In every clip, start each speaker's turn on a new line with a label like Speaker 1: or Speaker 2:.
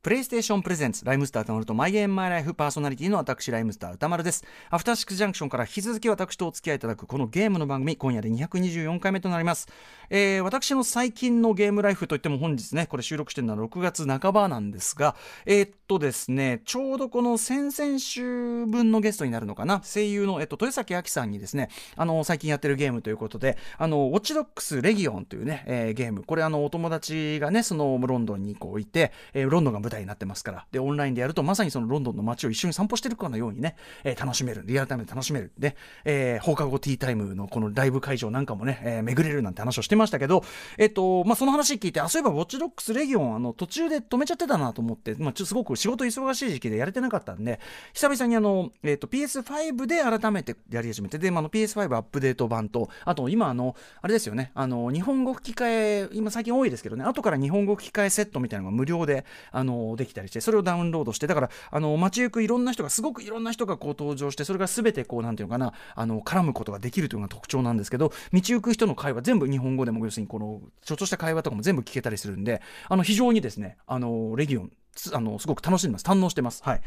Speaker 1: プレイステーションプレゼンツ、ライムスター歌丸とマイゲームマイライフパーソナリティの私、ライムスター歌丸です。アフターシックスジャンクションから引き続き私とお付き合いいただくこのゲームの番組、今夜で224回目となります。えー私の最近のゲームライフといっても本日ね、これ収録してるのは6月半ばなんですが、えーっとですね、ちょうどこの先々週分のゲストになるのかな、声優の、えっと、豊崎亜紀さんにですね、あの、最近やってるゲームということで、あの、ウォッチドックスレギオンというね、えーゲーム、これあの、お友達がね、そのロンドンにこういて、えーロンドンが舞台になってますから、で、オンラインでやるとまさにそのロンドンの街を一緒に散歩してるかのようにね、えー楽しめる、リアルタイムで楽しめる、で、えー放課後ティータイムのこのライブ会場なんかもね、えー巡れるなんて話をしてましたけど、えっと、まあ、その話聞いて、あ、そういえばウォッチドックスレギオン、あの、途中で止めちゃってたなと思って、まあ、ちょすごく仕事忙しい時期でやれてなかったんで、久々にあの、えっと、PS5 で改めてやり始めて、で、まあ、あの PS5 アップデート版と、あと今あの、あれですよね、あの、日本語吹き替え、今最近多いですけどね、後から日本語吹き替えセットみたいなのが無料で、あの、できたりして、それをダウンロードして、だから、あの、街行くいろんな人が、すごくいろんな人がこう登場して、それが全てこう、なんていうのかな、あの、絡むことができるというのが特徴なんですけど、道行く人の会話、全部日本語でも、要するにこの、ちょっとした会話とかも全部聞けたりするんで、あの、非常にですね、あの、レギオン、つあのすごく楽しんでます堪能してます、はい、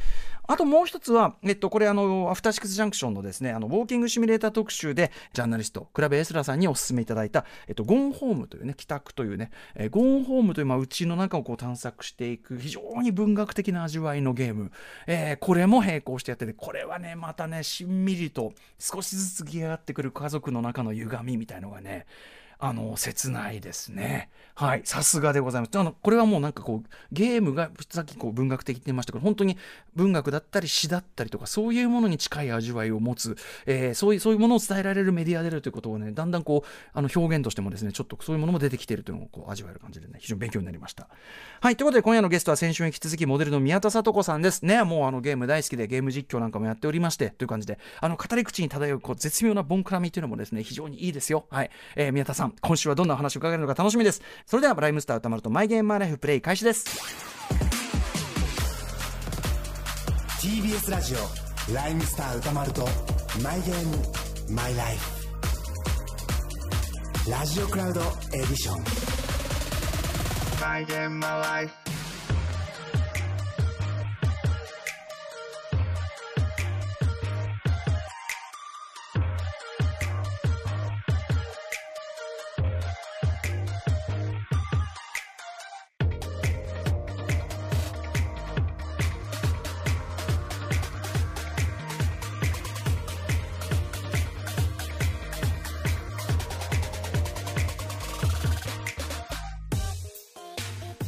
Speaker 1: あともう一つは、えっと、これあのアフターシックスジャンクションのですねあのウォーキングシミュレーター特集でジャーナリストクラベエスラさんにお勧めいただいた、えっと、ゴーンホームというね帰宅というね、えーゴーンホームという、まあ、家の中をこう探索していく非常に文学的な味わいのゲーム、えーこれも並行してやっててこれはねまたねしんみりと少しずつギアがってくる家族の中の歪みみたいのがねあの切ないですね。はい、さすがでございます。あのこれはもうなんかこうゲームがさっきこう文学的って言いましたけど本当に文学だったり詩だったりとかそういうものに近い味わいを持つ、えーそういうそういうものを伝えられるメディアであるということをねだんだんこうあの表現としてもですねちょっとそういうものも出てきているというのをこう味わえる感じでね非常に勉強になりました。はいということで今夜のゲストは先週に引き続きモデルの宮田聡子さんですねもうあのゲーム大好きでゲーム実況なんかもやっておりましてという感じであの語り口に漂うこう絶妙なボンクラミというのもですね非常にいいですよ。はい、えー宮田さん今週はどんなお話を伺えるのか楽しみです。それではライムスター歌丸とマイゲームマイライフプレイ開始です。
Speaker 2: TBS ラジオライムスター歌丸とマイゲームマイライフラジオクラウドエディション
Speaker 3: I am my life.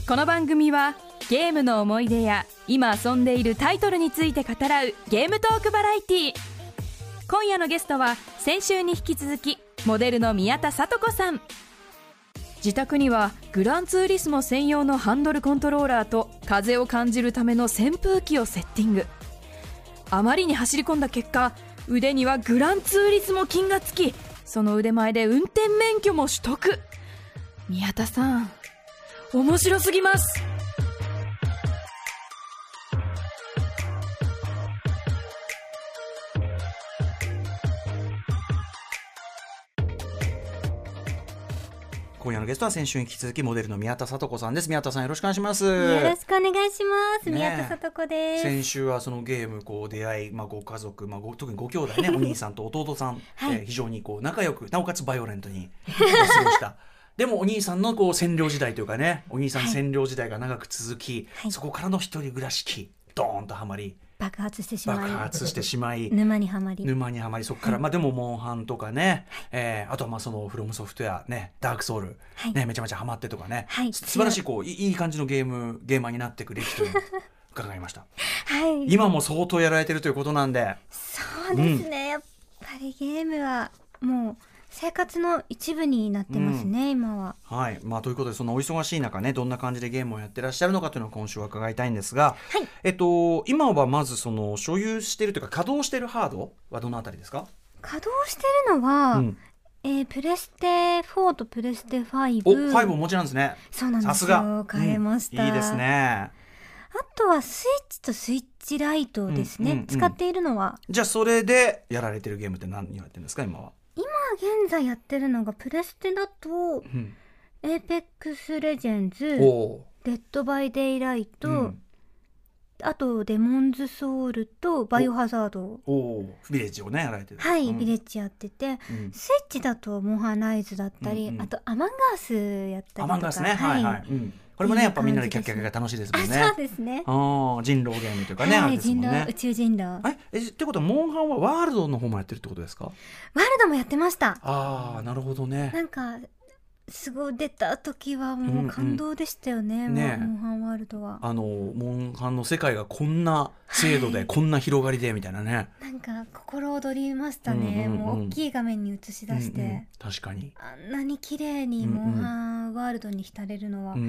Speaker 4: この番組はゲームの思い出や今遊んでいるタイトルについて語らうゲームトークバラエティー今夜のゲストは先週に引き続きモデルの宮田聡子さん自宅にはグランツーリスモ専用のハンドルコントローラーと風を感じるための扇風機をセッティングあまりに走り込んだ結果腕にはグランツーリスモ菌がつきその腕前で運転免許も取得宮田さん面白すぎます
Speaker 1: 今夜のゲストは先週に引き続きモデルの宮田聡子さんです宮田さんよろしくお願いします
Speaker 5: よろしくお願いします。
Speaker 1: ねえ
Speaker 5: 宮田聡子です。
Speaker 1: 先週はそのゲームこう出会い、まあ、ご家族、まあ、ご特にご兄 弟ねお兄さんと弟さん、
Speaker 5: は
Speaker 1: え
Speaker 5: い
Speaker 1: ー非常にこう仲良くなおかつバイオレントに お過ごした。でもお兄さんのこう占領時代というかねお兄さんの占領時代が長く続き、
Speaker 5: はい
Speaker 1: そこからの一人暮らし期ドーンとはまり
Speaker 5: 爆発してしまい、
Speaker 1: 爆発してしまい
Speaker 5: 沼にはまり、
Speaker 1: 沼にはまりそこから、まあでもモンハンとかね、えーあとはまあそのフロムソフトウェアねダークソウル、
Speaker 5: はい
Speaker 1: ねめちゃめちゃハマってとかね、
Speaker 5: はい
Speaker 1: す素晴らしいこういいいい感じのゲームゲーマーになってくれるというのを伺いました
Speaker 5: はい、
Speaker 1: 今も相当やられてるということなんで
Speaker 5: そうですね、やっぱりゲームはもう生活の一部になってますね、今は。
Speaker 1: はいまあということでそんなお忙しい中ねどんな感じでゲームをやってらっしゃるのかというのを今週は伺いたいんですが、
Speaker 5: はい
Speaker 1: えっと今はまずその所有してるというか稼働してるハードはどのあたりですか、
Speaker 5: 稼働してるのは、
Speaker 1: うん、
Speaker 5: えープレステ4とプレステ
Speaker 1: お5をお
Speaker 5: 5。
Speaker 1: 持ちなんですね
Speaker 5: そうなん
Speaker 1: さ
Speaker 5: ですす
Speaker 1: が
Speaker 5: よ。買えました、
Speaker 1: うんいいですね
Speaker 5: あとはスイッチとスイッチライトですね。
Speaker 1: うんうんうん
Speaker 5: 使っているのは、
Speaker 1: じゃあそれでやられてるゲームって何をやってるんですか今は。
Speaker 5: 現在やってるのがプレステだと、エーペックスレジェンズ、
Speaker 1: おお。
Speaker 5: デッドバイデイライト、
Speaker 1: うん
Speaker 5: あとデモンズソウルとバイオハザード
Speaker 1: おおーヴィレッジをねやられてる
Speaker 5: はい、
Speaker 1: うん
Speaker 5: ビレッジやってて
Speaker 1: うん
Speaker 5: スイッチだとモンハンライズだったり、
Speaker 1: うんうん
Speaker 5: あとアマンガースやったりとか
Speaker 1: アマンガスねはいはい、うんこれもね
Speaker 5: いい
Speaker 1: やっぱみんなでキャ
Speaker 5: 感
Speaker 1: ッ
Speaker 5: じ
Speaker 1: キ
Speaker 5: です
Speaker 1: ャッキャが楽しいです
Speaker 5: あ
Speaker 1: もんね
Speaker 5: そうですね
Speaker 1: ああ人狼ゲームというかね、あ
Speaker 5: は
Speaker 1: れ
Speaker 5: い
Speaker 1: ですも
Speaker 5: 人
Speaker 1: ん
Speaker 5: 狼、
Speaker 1: ね
Speaker 5: 宇宙人狼ワール
Speaker 1: ええってことはモンハンはワールドの方もやってるってことですか
Speaker 5: ドもやってました
Speaker 1: ああなるほどね
Speaker 5: なんかすごい出た時はもう感動でしたよね,、
Speaker 1: うんねえ
Speaker 5: モンハンワールドは
Speaker 1: あのモンハンの世界がこんな精度で、こんな広がりでみたいなね
Speaker 5: なんか心躍りましたね、
Speaker 1: うんうんうん
Speaker 5: もう大きい画面に映し出して、
Speaker 1: うんうん確かに
Speaker 5: あんなに綺麗
Speaker 1: うん
Speaker 5: に
Speaker 1: うん
Speaker 5: モンハンワールドに浸れるのは、
Speaker 1: うんう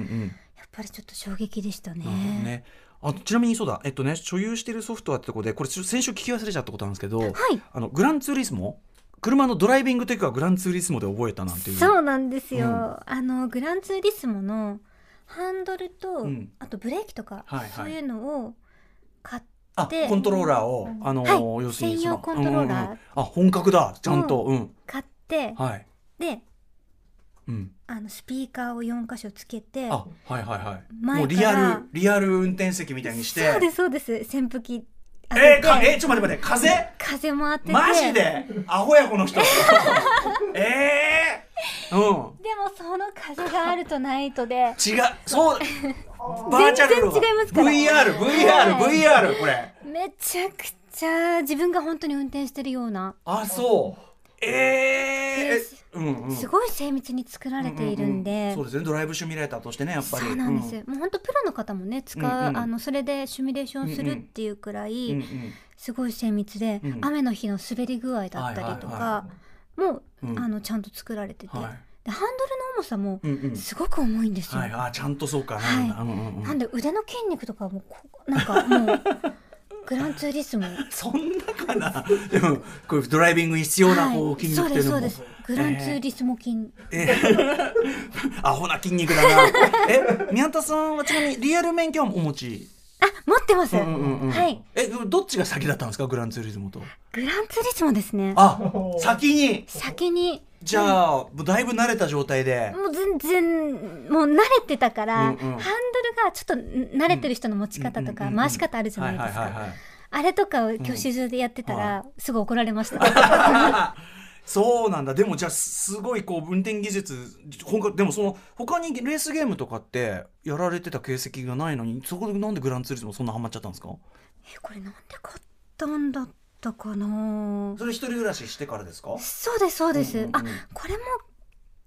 Speaker 5: やっ
Speaker 1: ん
Speaker 5: ぱりちょっと衝撃でしたね
Speaker 1: なるほどね。あちなみにそうだ、えっとね、所有しているソフトはってとこで、これちょ先週聞き忘れちゃったことなんですけど、
Speaker 5: はい
Speaker 1: あのグランツーリスモ、車のドライビングテクはグランツーリスモで覚えたなんていう。
Speaker 5: そうなんですよ、
Speaker 1: うん
Speaker 5: あのグランツーリスモのハンドルと、
Speaker 1: うん
Speaker 5: あとブレーキとか、
Speaker 1: はいはい
Speaker 5: そういうのを買っ
Speaker 1: あ、
Speaker 5: で
Speaker 1: コントローラーを、あのー
Speaker 5: はい
Speaker 1: 要するにそ
Speaker 5: 専
Speaker 1: の
Speaker 5: 用コントローラー
Speaker 1: うんうんうんあ、本格だ、ちゃんと、うん、
Speaker 5: 買って、
Speaker 1: はい、
Speaker 5: で
Speaker 1: うん、
Speaker 5: あのスピーカーを4箇所つけて
Speaker 1: あ、はいはいはい。
Speaker 5: 前
Speaker 1: もうリア
Speaker 5: から
Speaker 1: ルリアル運転席みたいにして。
Speaker 5: そうですそうです扇風機当
Speaker 1: えー
Speaker 5: てて、
Speaker 1: かえーちょっと待って待って、風。
Speaker 5: 風も当てて
Speaker 1: マジで、アホやこ の人。ええー、うん。
Speaker 5: でもその風があるとないとで
Speaker 1: 違う、そう、バーチャル
Speaker 5: 全然違いますから
Speaker 1: VR、VR、
Speaker 5: はい
Speaker 1: VR、これ。
Speaker 5: めちゃくちゃ自分が本当に運転してるような
Speaker 1: あ、そう。えー、えうんうん。
Speaker 5: す
Speaker 1: ご
Speaker 5: ごい精密に作られているんで、
Speaker 1: そうですね、ドライブシミュレーターとしてね、やっぱり。
Speaker 5: そうなんです、もう本当プロの方もね使う、
Speaker 1: うんうん
Speaker 5: あのそれでシミュレーションするっていうくら
Speaker 1: うん。うんう
Speaker 5: い
Speaker 1: ん
Speaker 5: すごい精密で、
Speaker 1: うん
Speaker 5: 雨の日の滑り具合だったりとか
Speaker 1: は
Speaker 5: もう、
Speaker 1: うん
Speaker 5: あのちゃんと作られてて、
Speaker 1: はい
Speaker 5: でハンドルの重さも
Speaker 1: うんうん
Speaker 5: すごく重いんですよ、
Speaker 1: はい、あ、ちゃんとそうか。
Speaker 5: はい
Speaker 1: なんだうんうんうん
Speaker 5: なんで腕の筋肉とかもこうなんかも うグランツーリスモ
Speaker 1: そんなかな。 でも、こういうドライビングに必要なこう筋肉
Speaker 5: そ
Speaker 1: っ
Speaker 5: う
Speaker 1: て
Speaker 5: で
Speaker 1: いう
Speaker 5: すそ
Speaker 1: のも
Speaker 5: うで。すグランツーリスモ筋、
Speaker 1: アホな筋肉だな。 え、宮田さんはちなみにリアル免許はお持ち。
Speaker 5: あ持ってます、
Speaker 1: うんうんうん
Speaker 5: はい。
Speaker 1: え、どっちが先だったんですか、グランツーリズムと。
Speaker 5: グランツーリスモですね
Speaker 1: あ、先に。
Speaker 5: 先に
Speaker 1: じゃあ、だいぶ慣れた状態で。
Speaker 5: もう全然もう慣れてたから、
Speaker 1: うんうん
Speaker 5: ハンドルがちょっと慣れてる人の持ち
Speaker 1: う
Speaker 5: 方とか、
Speaker 1: んうんうんうん
Speaker 5: 回し方あるじゃないですか、
Speaker 1: はいはいはいはい
Speaker 5: あれとかを教習所でやってたら、すぐ怒られました
Speaker 1: そうなんだ。でもじゃあ、すごいこう、運転技術、本格、でもその、他にレースゲームとかって、やられてた形跡がないのに、そこでなんでグランツーリズムそんなハマっちゃったんですか
Speaker 5: えこれなんで買ったんだったかな
Speaker 1: それ一人暮らししてからですか
Speaker 5: そうですそうです、
Speaker 1: うんうんうん
Speaker 5: あこれも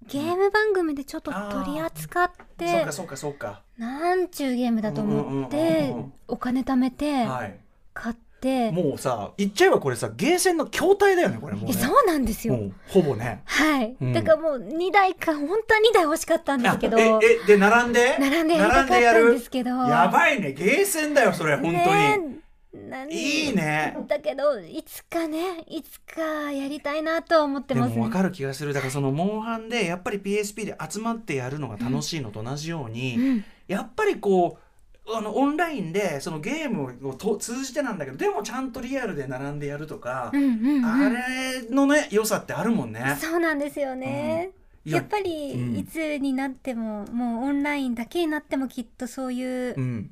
Speaker 5: ゲーム番組でちょっと取り扱って
Speaker 1: そうかそうか。
Speaker 5: なんちゅうゲームだと思っ
Speaker 1: うんうん
Speaker 5: て
Speaker 1: うんうん
Speaker 5: お金貯めて
Speaker 1: はい。
Speaker 5: 買って、
Speaker 1: もうさ、言っちゃえばこれさ、ゲーセンの筐体だよね、これもう、ね。
Speaker 5: えそうなんですよ、
Speaker 1: うんほぼね。
Speaker 5: はい、
Speaker 1: うん
Speaker 5: だからもう2台か本当は2台欲しかったんですけど
Speaker 1: あええで並んで
Speaker 5: 並んでやりたかったんですけど
Speaker 1: やばいねゲーセンだよそれ本当に、
Speaker 5: ねえなん
Speaker 1: いいね
Speaker 5: だけどいつかねいつかやりたいなとは思って
Speaker 1: で
Speaker 5: ます
Speaker 1: も分
Speaker 5: ね
Speaker 1: かる気がするだからそのモンハンでやっぱり PSP で集まってやるのが楽しいのと同じように、
Speaker 5: うん
Speaker 1: やっぱりこうあのオンラインでそのゲームをと通じてなんだけどでもちゃんとリアルで並んでやるとか、
Speaker 5: うんうんうん
Speaker 1: あれのね良さってあるもんね。
Speaker 5: そうなんですよね、
Speaker 1: うんいや
Speaker 5: やっぱり、
Speaker 1: うん
Speaker 5: いつになってももうオンラインだけになってもきっとそういう
Speaker 1: う、
Speaker 5: うん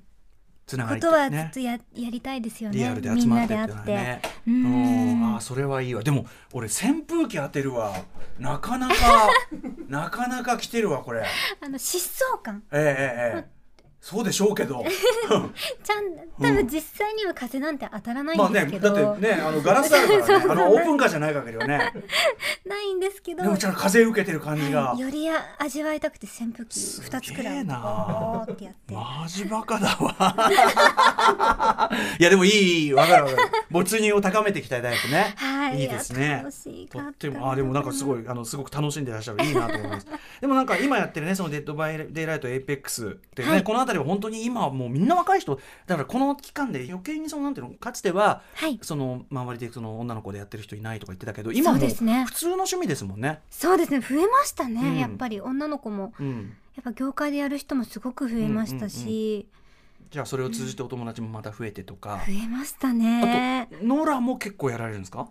Speaker 1: つなが
Speaker 5: こ
Speaker 1: り
Speaker 5: とはず
Speaker 1: ね
Speaker 5: っとや,、やりたいですよね
Speaker 1: リアルで
Speaker 5: み
Speaker 1: 集
Speaker 5: ん
Speaker 1: まっ
Speaker 5: な
Speaker 1: て
Speaker 5: で
Speaker 1: っ
Speaker 5: 会
Speaker 1: ての
Speaker 5: っ
Speaker 1: は
Speaker 5: て、
Speaker 1: ね。
Speaker 5: う
Speaker 1: うんん、あーそれはいいわでも俺扇風機当てるわなかな かなかなか来てるわこれえ
Speaker 5: あの疾走感
Speaker 1: ええええそうでしょうけど
Speaker 5: ちゃん多分実際には風なんて当たらない
Speaker 1: まあ
Speaker 5: ん
Speaker 1: ね
Speaker 5: ですけ
Speaker 1: だ
Speaker 5: ど、
Speaker 1: ってね あのガラスだからねあのオープンカーじゃない限りはね
Speaker 5: ないんですけど
Speaker 1: でもちゃんと風受けてる感じが
Speaker 5: はいよりや味わいたくて扇風機
Speaker 1: すげえな
Speaker 5: 2つくらいボーってやって
Speaker 1: マジバカだわ いやでもいいいいわかるわかる没入を高めていきたいタイプね
Speaker 5: はい
Speaker 1: いいですね
Speaker 5: 楽し
Speaker 1: と
Speaker 5: かった
Speaker 1: ってもあでもなんかすごいあのすごく楽しんでらっしゃるいいなと思います でもなんか今やってるねその「デッド・バイ・デイ・ライト」「エイペックス」ってね、
Speaker 5: はい
Speaker 1: この辺りは本当に今はもうみんな若い人だからこの期間で余計にそのなんていうのかつては
Speaker 5: はい
Speaker 1: その周りでその女の子でやってる人いないとか言ってたけど今も
Speaker 5: そうですね
Speaker 1: 普通の趣味ですもんね。
Speaker 5: そうですね増えましたね、
Speaker 1: うん
Speaker 5: やっぱり女の子も
Speaker 1: うん、
Speaker 5: やっぱ業界でやる人もすごく増えましたし、
Speaker 1: じゃあそれを通じてお友達もまた増えてとか、
Speaker 5: 増えましたね
Speaker 1: あとノラも結構やられるんですか、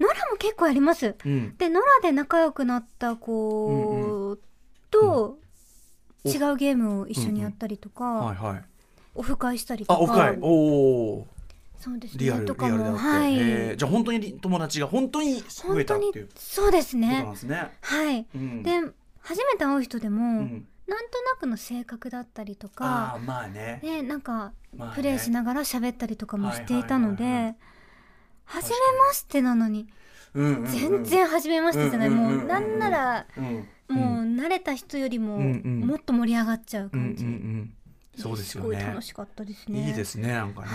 Speaker 5: ノラも結構やります
Speaker 1: うん、
Speaker 5: でノラで仲良くなった子、と、
Speaker 1: うん
Speaker 5: 違うゲームを一緒にやったりとか、
Speaker 1: はいはい。
Speaker 5: オフ会したりと
Speaker 1: あ
Speaker 5: か
Speaker 1: オフ会おお
Speaker 5: そうですね
Speaker 1: リアルリ
Speaker 5: と
Speaker 1: ア
Speaker 5: か
Speaker 1: ルだ
Speaker 5: も
Speaker 1: って、
Speaker 5: は
Speaker 1: え
Speaker 5: い
Speaker 1: ーじゃあ本当に友達が本当に増え
Speaker 5: 本
Speaker 1: た
Speaker 5: 当
Speaker 1: って
Speaker 5: に
Speaker 1: いうこと
Speaker 5: そうです
Speaker 1: なん
Speaker 5: ね
Speaker 1: ですね。
Speaker 5: はい、
Speaker 1: うん
Speaker 5: で初めて会う人で
Speaker 1: う
Speaker 5: も、
Speaker 1: ん、
Speaker 5: なんとなくの性格だったりと
Speaker 1: ああ
Speaker 5: か
Speaker 1: ーまあね。
Speaker 5: でなんか
Speaker 1: まあね
Speaker 5: プレイしながら喋ったりとかもしていたので、
Speaker 1: はいはいはいは
Speaker 5: 初めましてなのに
Speaker 1: うんうんうん
Speaker 5: 全然初めましてじゃない、
Speaker 1: うんうんうん
Speaker 5: もうなんなら
Speaker 1: うん
Speaker 5: もう慣れた人よりも
Speaker 1: うんうん
Speaker 5: もっと盛り上がっちゃう
Speaker 1: うんうん
Speaker 5: 感じ、
Speaker 1: うんそうですよ
Speaker 5: ごい
Speaker 1: ね。
Speaker 5: 楽しかったですね
Speaker 1: いいですねなんかね。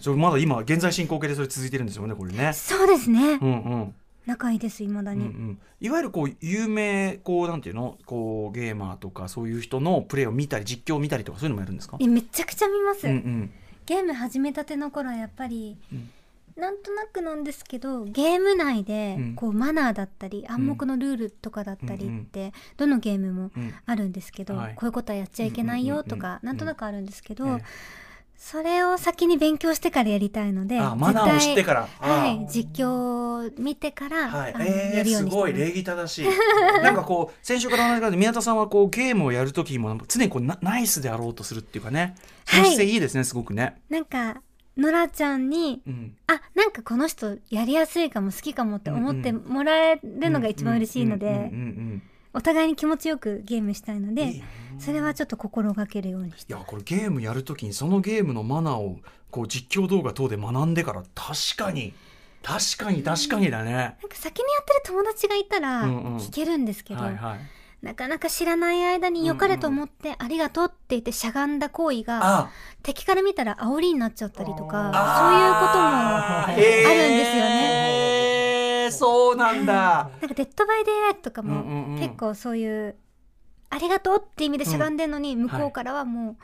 Speaker 1: それまだ今現在進行形でそれ続いてるんですよねこれね。
Speaker 5: そうですね、
Speaker 1: うんうん。
Speaker 5: 仲いいですいまだ
Speaker 1: うんう
Speaker 5: に、
Speaker 1: ん、いわゆるこう有名こうなんていうのこうゲーマーとかそういう人のプレーを見たり実況を見たりとかそういうのもやるんですか、
Speaker 5: えめちゃくちゃ見ます、
Speaker 1: うんうん、
Speaker 5: ゲーム始めたての頃はやっぱり、
Speaker 1: うん
Speaker 5: なんとなくなんですけどゲーム内で
Speaker 1: うん
Speaker 5: こうマナーだったり、暗黙のルールとかだったりって、どのゲームも
Speaker 1: うん
Speaker 5: あるんですけど、
Speaker 1: はい
Speaker 5: こういうことはやっちゃいけないよとか、
Speaker 1: うんうんうんうん
Speaker 5: なんとなくあるんですけど、
Speaker 1: ええ
Speaker 5: それを先に勉強してからやりたいので
Speaker 1: あマナーを知ってから
Speaker 5: は
Speaker 1: あ
Speaker 5: い、実況を見てから、
Speaker 1: はい
Speaker 5: あ、の
Speaker 1: え
Speaker 5: や
Speaker 1: ー、
Speaker 5: るよう
Speaker 1: す
Speaker 5: にしてま
Speaker 1: ごい礼儀正しい なんかこう先週から話しがあって宮田さんはこうゲームをやる時もなんか常にこうナナイスであろうとするっていうかねその姿勢いいですね、すごくね、
Speaker 5: なんかノラちゃんに
Speaker 1: うん、
Speaker 5: あなんかこの人やりやすいかも好きかもって思ってもらえるのが一番嬉しいの
Speaker 1: うんうんう
Speaker 5: で
Speaker 1: ん
Speaker 5: お互いに気持ちよくゲームしたい
Speaker 1: う
Speaker 5: の
Speaker 1: ん
Speaker 5: で
Speaker 1: いいよ
Speaker 5: それはちょっと心がけるようにし
Speaker 1: い
Speaker 5: て
Speaker 1: やこれゲームやるときにそのゲームのマナーをこう実況動画等で学んでから確かに確かに確かにだね。
Speaker 5: なんか先にやってる友達がいたら
Speaker 1: うんうん
Speaker 5: 聞けるんですけど、
Speaker 1: はいはい。
Speaker 5: なかなか知らない間に良かれと思って「ありがとう」って言ってしゃがんだ行為が
Speaker 1: あ
Speaker 5: 敵から見たら煽りになっちゃったりとか
Speaker 1: あ
Speaker 5: そういうこともあるんですよね。
Speaker 1: ね。へーそうなんだ。
Speaker 5: なんか「デッド・バイ・デイ・ライト」とか
Speaker 1: うんうんうん
Speaker 5: も結構そういう「ありがとう」って意味でしゃがんでるのに向こうからはも
Speaker 1: う
Speaker 5: う。
Speaker 1: ん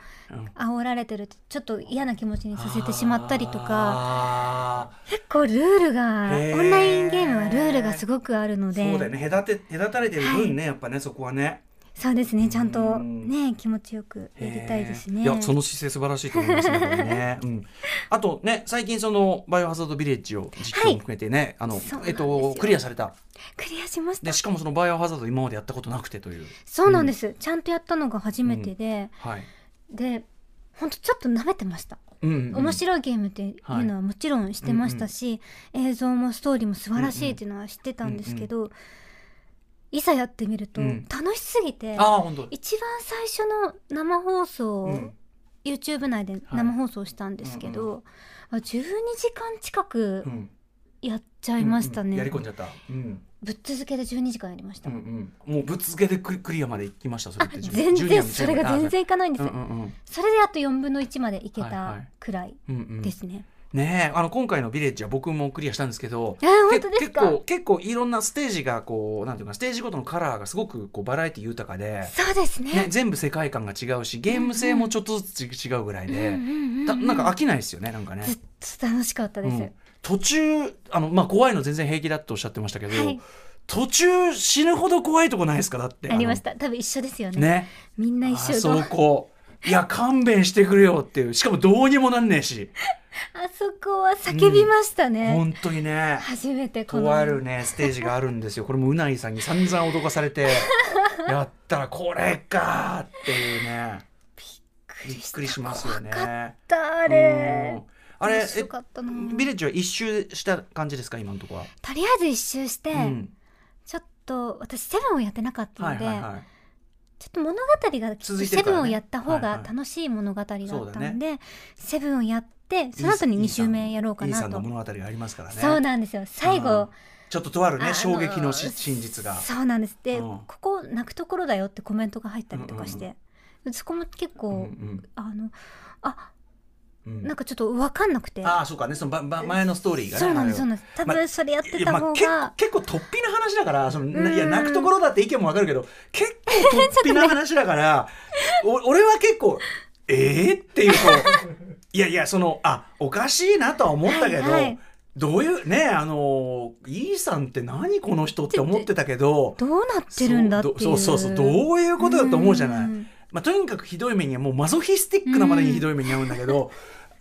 Speaker 5: 煽られてるとちょっと嫌な気持ちにさせてしまったりとか
Speaker 1: あ
Speaker 5: 結構ルールが
Speaker 1: へー
Speaker 5: オンラインゲームはルールがすごくあるの
Speaker 1: ー
Speaker 5: で
Speaker 1: そうだよね隔て隔たれてる分ね、やっぱねそこはね。
Speaker 5: そうですねちゃん
Speaker 1: う
Speaker 5: と
Speaker 1: ん
Speaker 5: ね気持ちよくやりたいですね
Speaker 1: いやその姿勢素晴らしいと思いますね。これ ねうん、あとね最近そのバイオハザードビレッジを実況も含めてね、あの
Speaker 5: そうなん
Speaker 1: え
Speaker 5: で
Speaker 1: っ
Speaker 5: すよ
Speaker 1: とクリアされた。
Speaker 5: クリアしました
Speaker 1: でしかもそのバイオハザード今までやったことなくてという。
Speaker 5: そうなんです、ちゃんとやったのが初めてで、
Speaker 1: はい。
Speaker 5: でほんとちょっと舐めてました
Speaker 1: うんうん、
Speaker 5: 面白いゲームっていうのはもちろんしてましたし、映像もストーリーも素晴らしいっていうのは知ってたんですけど、いざやってみると
Speaker 1: うん
Speaker 5: 楽しすぎて、
Speaker 1: ああ本当。
Speaker 5: 一番最初の生放送を、
Speaker 1: うん
Speaker 5: YouTube 内で生放送したんですけど、あ12時間近く
Speaker 1: ん。
Speaker 5: やっちゃいました
Speaker 1: う
Speaker 5: ね、
Speaker 1: んうんやり込んじゃった。うん。
Speaker 5: ぶっ続けで12時間やりまし
Speaker 1: う
Speaker 5: た、
Speaker 1: んうん。もうぶっつけでクリクリアまで行きましたそれ
Speaker 5: あ
Speaker 1: って。
Speaker 5: 全
Speaker 1: ジュニア
Speaker 5: 然
Speaker 1: みた
Speaker 5: そ
Speaker 1: いな
Speaker 5: れが全然いかないんです
Speaker 1: うん
Speaker 5: よ、
Speaker 1: うんうん。
Speaker 5: それであと4分の1までいけ
Speaker 1: はいは
Speaker 5: た
Speaker 1: い
Speaker 5: くらい
Speaker 1: うんうん、
Speaker 5: ですね、
Speaker 1: ねえあの今回のビレッジは僕もクリアしたんですけど
Speaker 5: えー
Speaker 1: け
Speaker 5: 本当ですか
Speaker 1: 結構結構いろんなステージがこうなんていうかステージごとのカラーがすごくこうバラエティ豊かで、
Speaker 5: そうですね
Speaker 1: ね、全部世界観が違うしゲーム性もちょっとずつ違うぐらいで、
Speaker 5: うんうんうん
Speaker 1: たなんか飽きないですよねなんかね。
Speaker 5: ずっと楽しかったです、
Speaker 1: うん途中あの、まあ、怖いの全然平気だっておっしゃってましたけど、
Speaker 5: はい
Speaker 1: 途中死ぬほど怖いとこないですかだって
Speaker 5: ありました多分一緒ですよ
Speaker 1: あの
Speaker 5: ね
Speaker 1: ね
Speaker 5: みんな一
Speaker 1: あ
Speaker 5: 緒の
Speaker 1: そこいや勘弁してくれよっていうしかもどうにもなんねえし
Speaker 5: あそこは叫びましたね、
Speaker 1: 本当にね
Speaker 5: 初めてこの
Speaker 1: とあるねステージがあるんですよこれもうないさんに散々脅かされ てやったらこれかーっていうねびっくりしますよね
Speaker 5: 怖かったあれ
Speaker 1: うんあれ
Speaker 5: 面白かったな
Speaker 1: えビレッジは一周した感じですか今のところは、
Speaker 5: とりあえず一周して、
Speaker 1: うん
Speaker 5: ちょっと私セブンをやってなかった
Speaker 1: はい
Speaker 5: ので、
Speaker 1: はいはい
Speaker 5: ちょっと物語がきっと
Speaker 1: 続いてる
Speaker 5: セ
Speaker 1: か
Speaker 5: ブ
Speaker 1: らね
Speaker 5: ンをやった方
Speaker 1: はい
Speaker 5: が
Speaker 1: はい
Speaker 5: 楽しい物語だった
Speaker 1: そ
Speaker 5: の
Speaker 1: う
Speaker 5: で、
Speaker 1: だね
Speaker 5: セブンをやってその後に2周目やろうか
Speaker 1: イー
Speaker 5: な
Speaker 1: サンの
Speaker 5: と、
Speaker 1: 物語がありますからね
Speaker 5: そうなんですよ最
Speaker 1: うん
Speaker 5: 後、
Speaker 1: ちょっととある
Speaker 5: あ
Speaker 1: ね
Speaker 5: の
Speaker 1: 衝撃のし真実が
Speaker 5: そうなんですで、
Speaker 1: うん
Speaker 5: ここ泣くところだよってコメントが入ったりとかして、そこも結構、
Speaker 1: うんうん
Speaker 5: あのあ
Speaker 1: うん
Speaker 5: なんかちょっと分かんなくて、
Speaker 1: ああそうかねそのばば前のストーリーがね
Speaker 5: そうなんですそ
Speaker 1: あ
Speaker 5: う
Speaker 1: れは
Speaker 5: なんです多分それやって
Speaker 1: いや
Speaker 5: た
Speaker 1: まあ
Speaker 5: 方
Speaker 1: 結
Speaker 5: が
Speaker 1: 構、結構突飛な話だからその
Speaker 5: う
Speaker 1: なんいや泣くところだって意見もわかるけど結構突飛な話だ から、お俺は結構ええっていうこういやいやそのあおかしいなとは思ったけど、
Speaker 5: はいはい
Speaker 1: どういうねあのイーさんって何この人って思ってたけど
Speaker 5: どうなってるんだっていう
Speaker 1: そうそうそうどういうことだと思うじゃない。
Speaker 5: ん
Speaker 1: まあ、とにかくひどい目にはもうマゾフィスティックなまでにひどい目に遭うんだけど、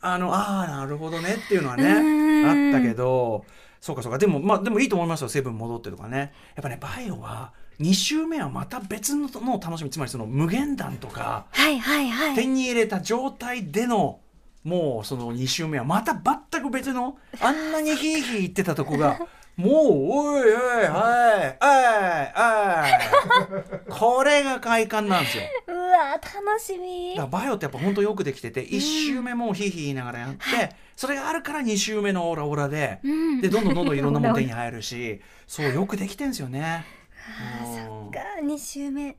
Speaker 1: あのああなるほどねっていうのはね、
Speaker 5: うん
Speaker 1: あったけどそうかそうかでもまあでもいいと思いますよセブン戻ってとかねやっぱねバイオは2週目はまた別のの楽しみつまりその無限弾とか
Speaker 5: はいはいはい
Speaker 1: 手に入れた状態でのもうその2週目はまた全く別 のあんなにヒーヒー言ってたとこがもうおいおいはいはいはいこれが快感なん ですよ。
Speaker 5: うわー楽しみ
Speaker 1: だからバイオってやっぱ本当よくできてて1周目もヒーヒー言いながらやって、それがあるから2周目のオラオラで、
Speaker 5: うん
Speaker 1: でどんどんどんどんいろんなもの手に入る しそうよくできてんですよね。
Speaker 5: あー
Speaker 1: うん
Speaker 5: そっか2週目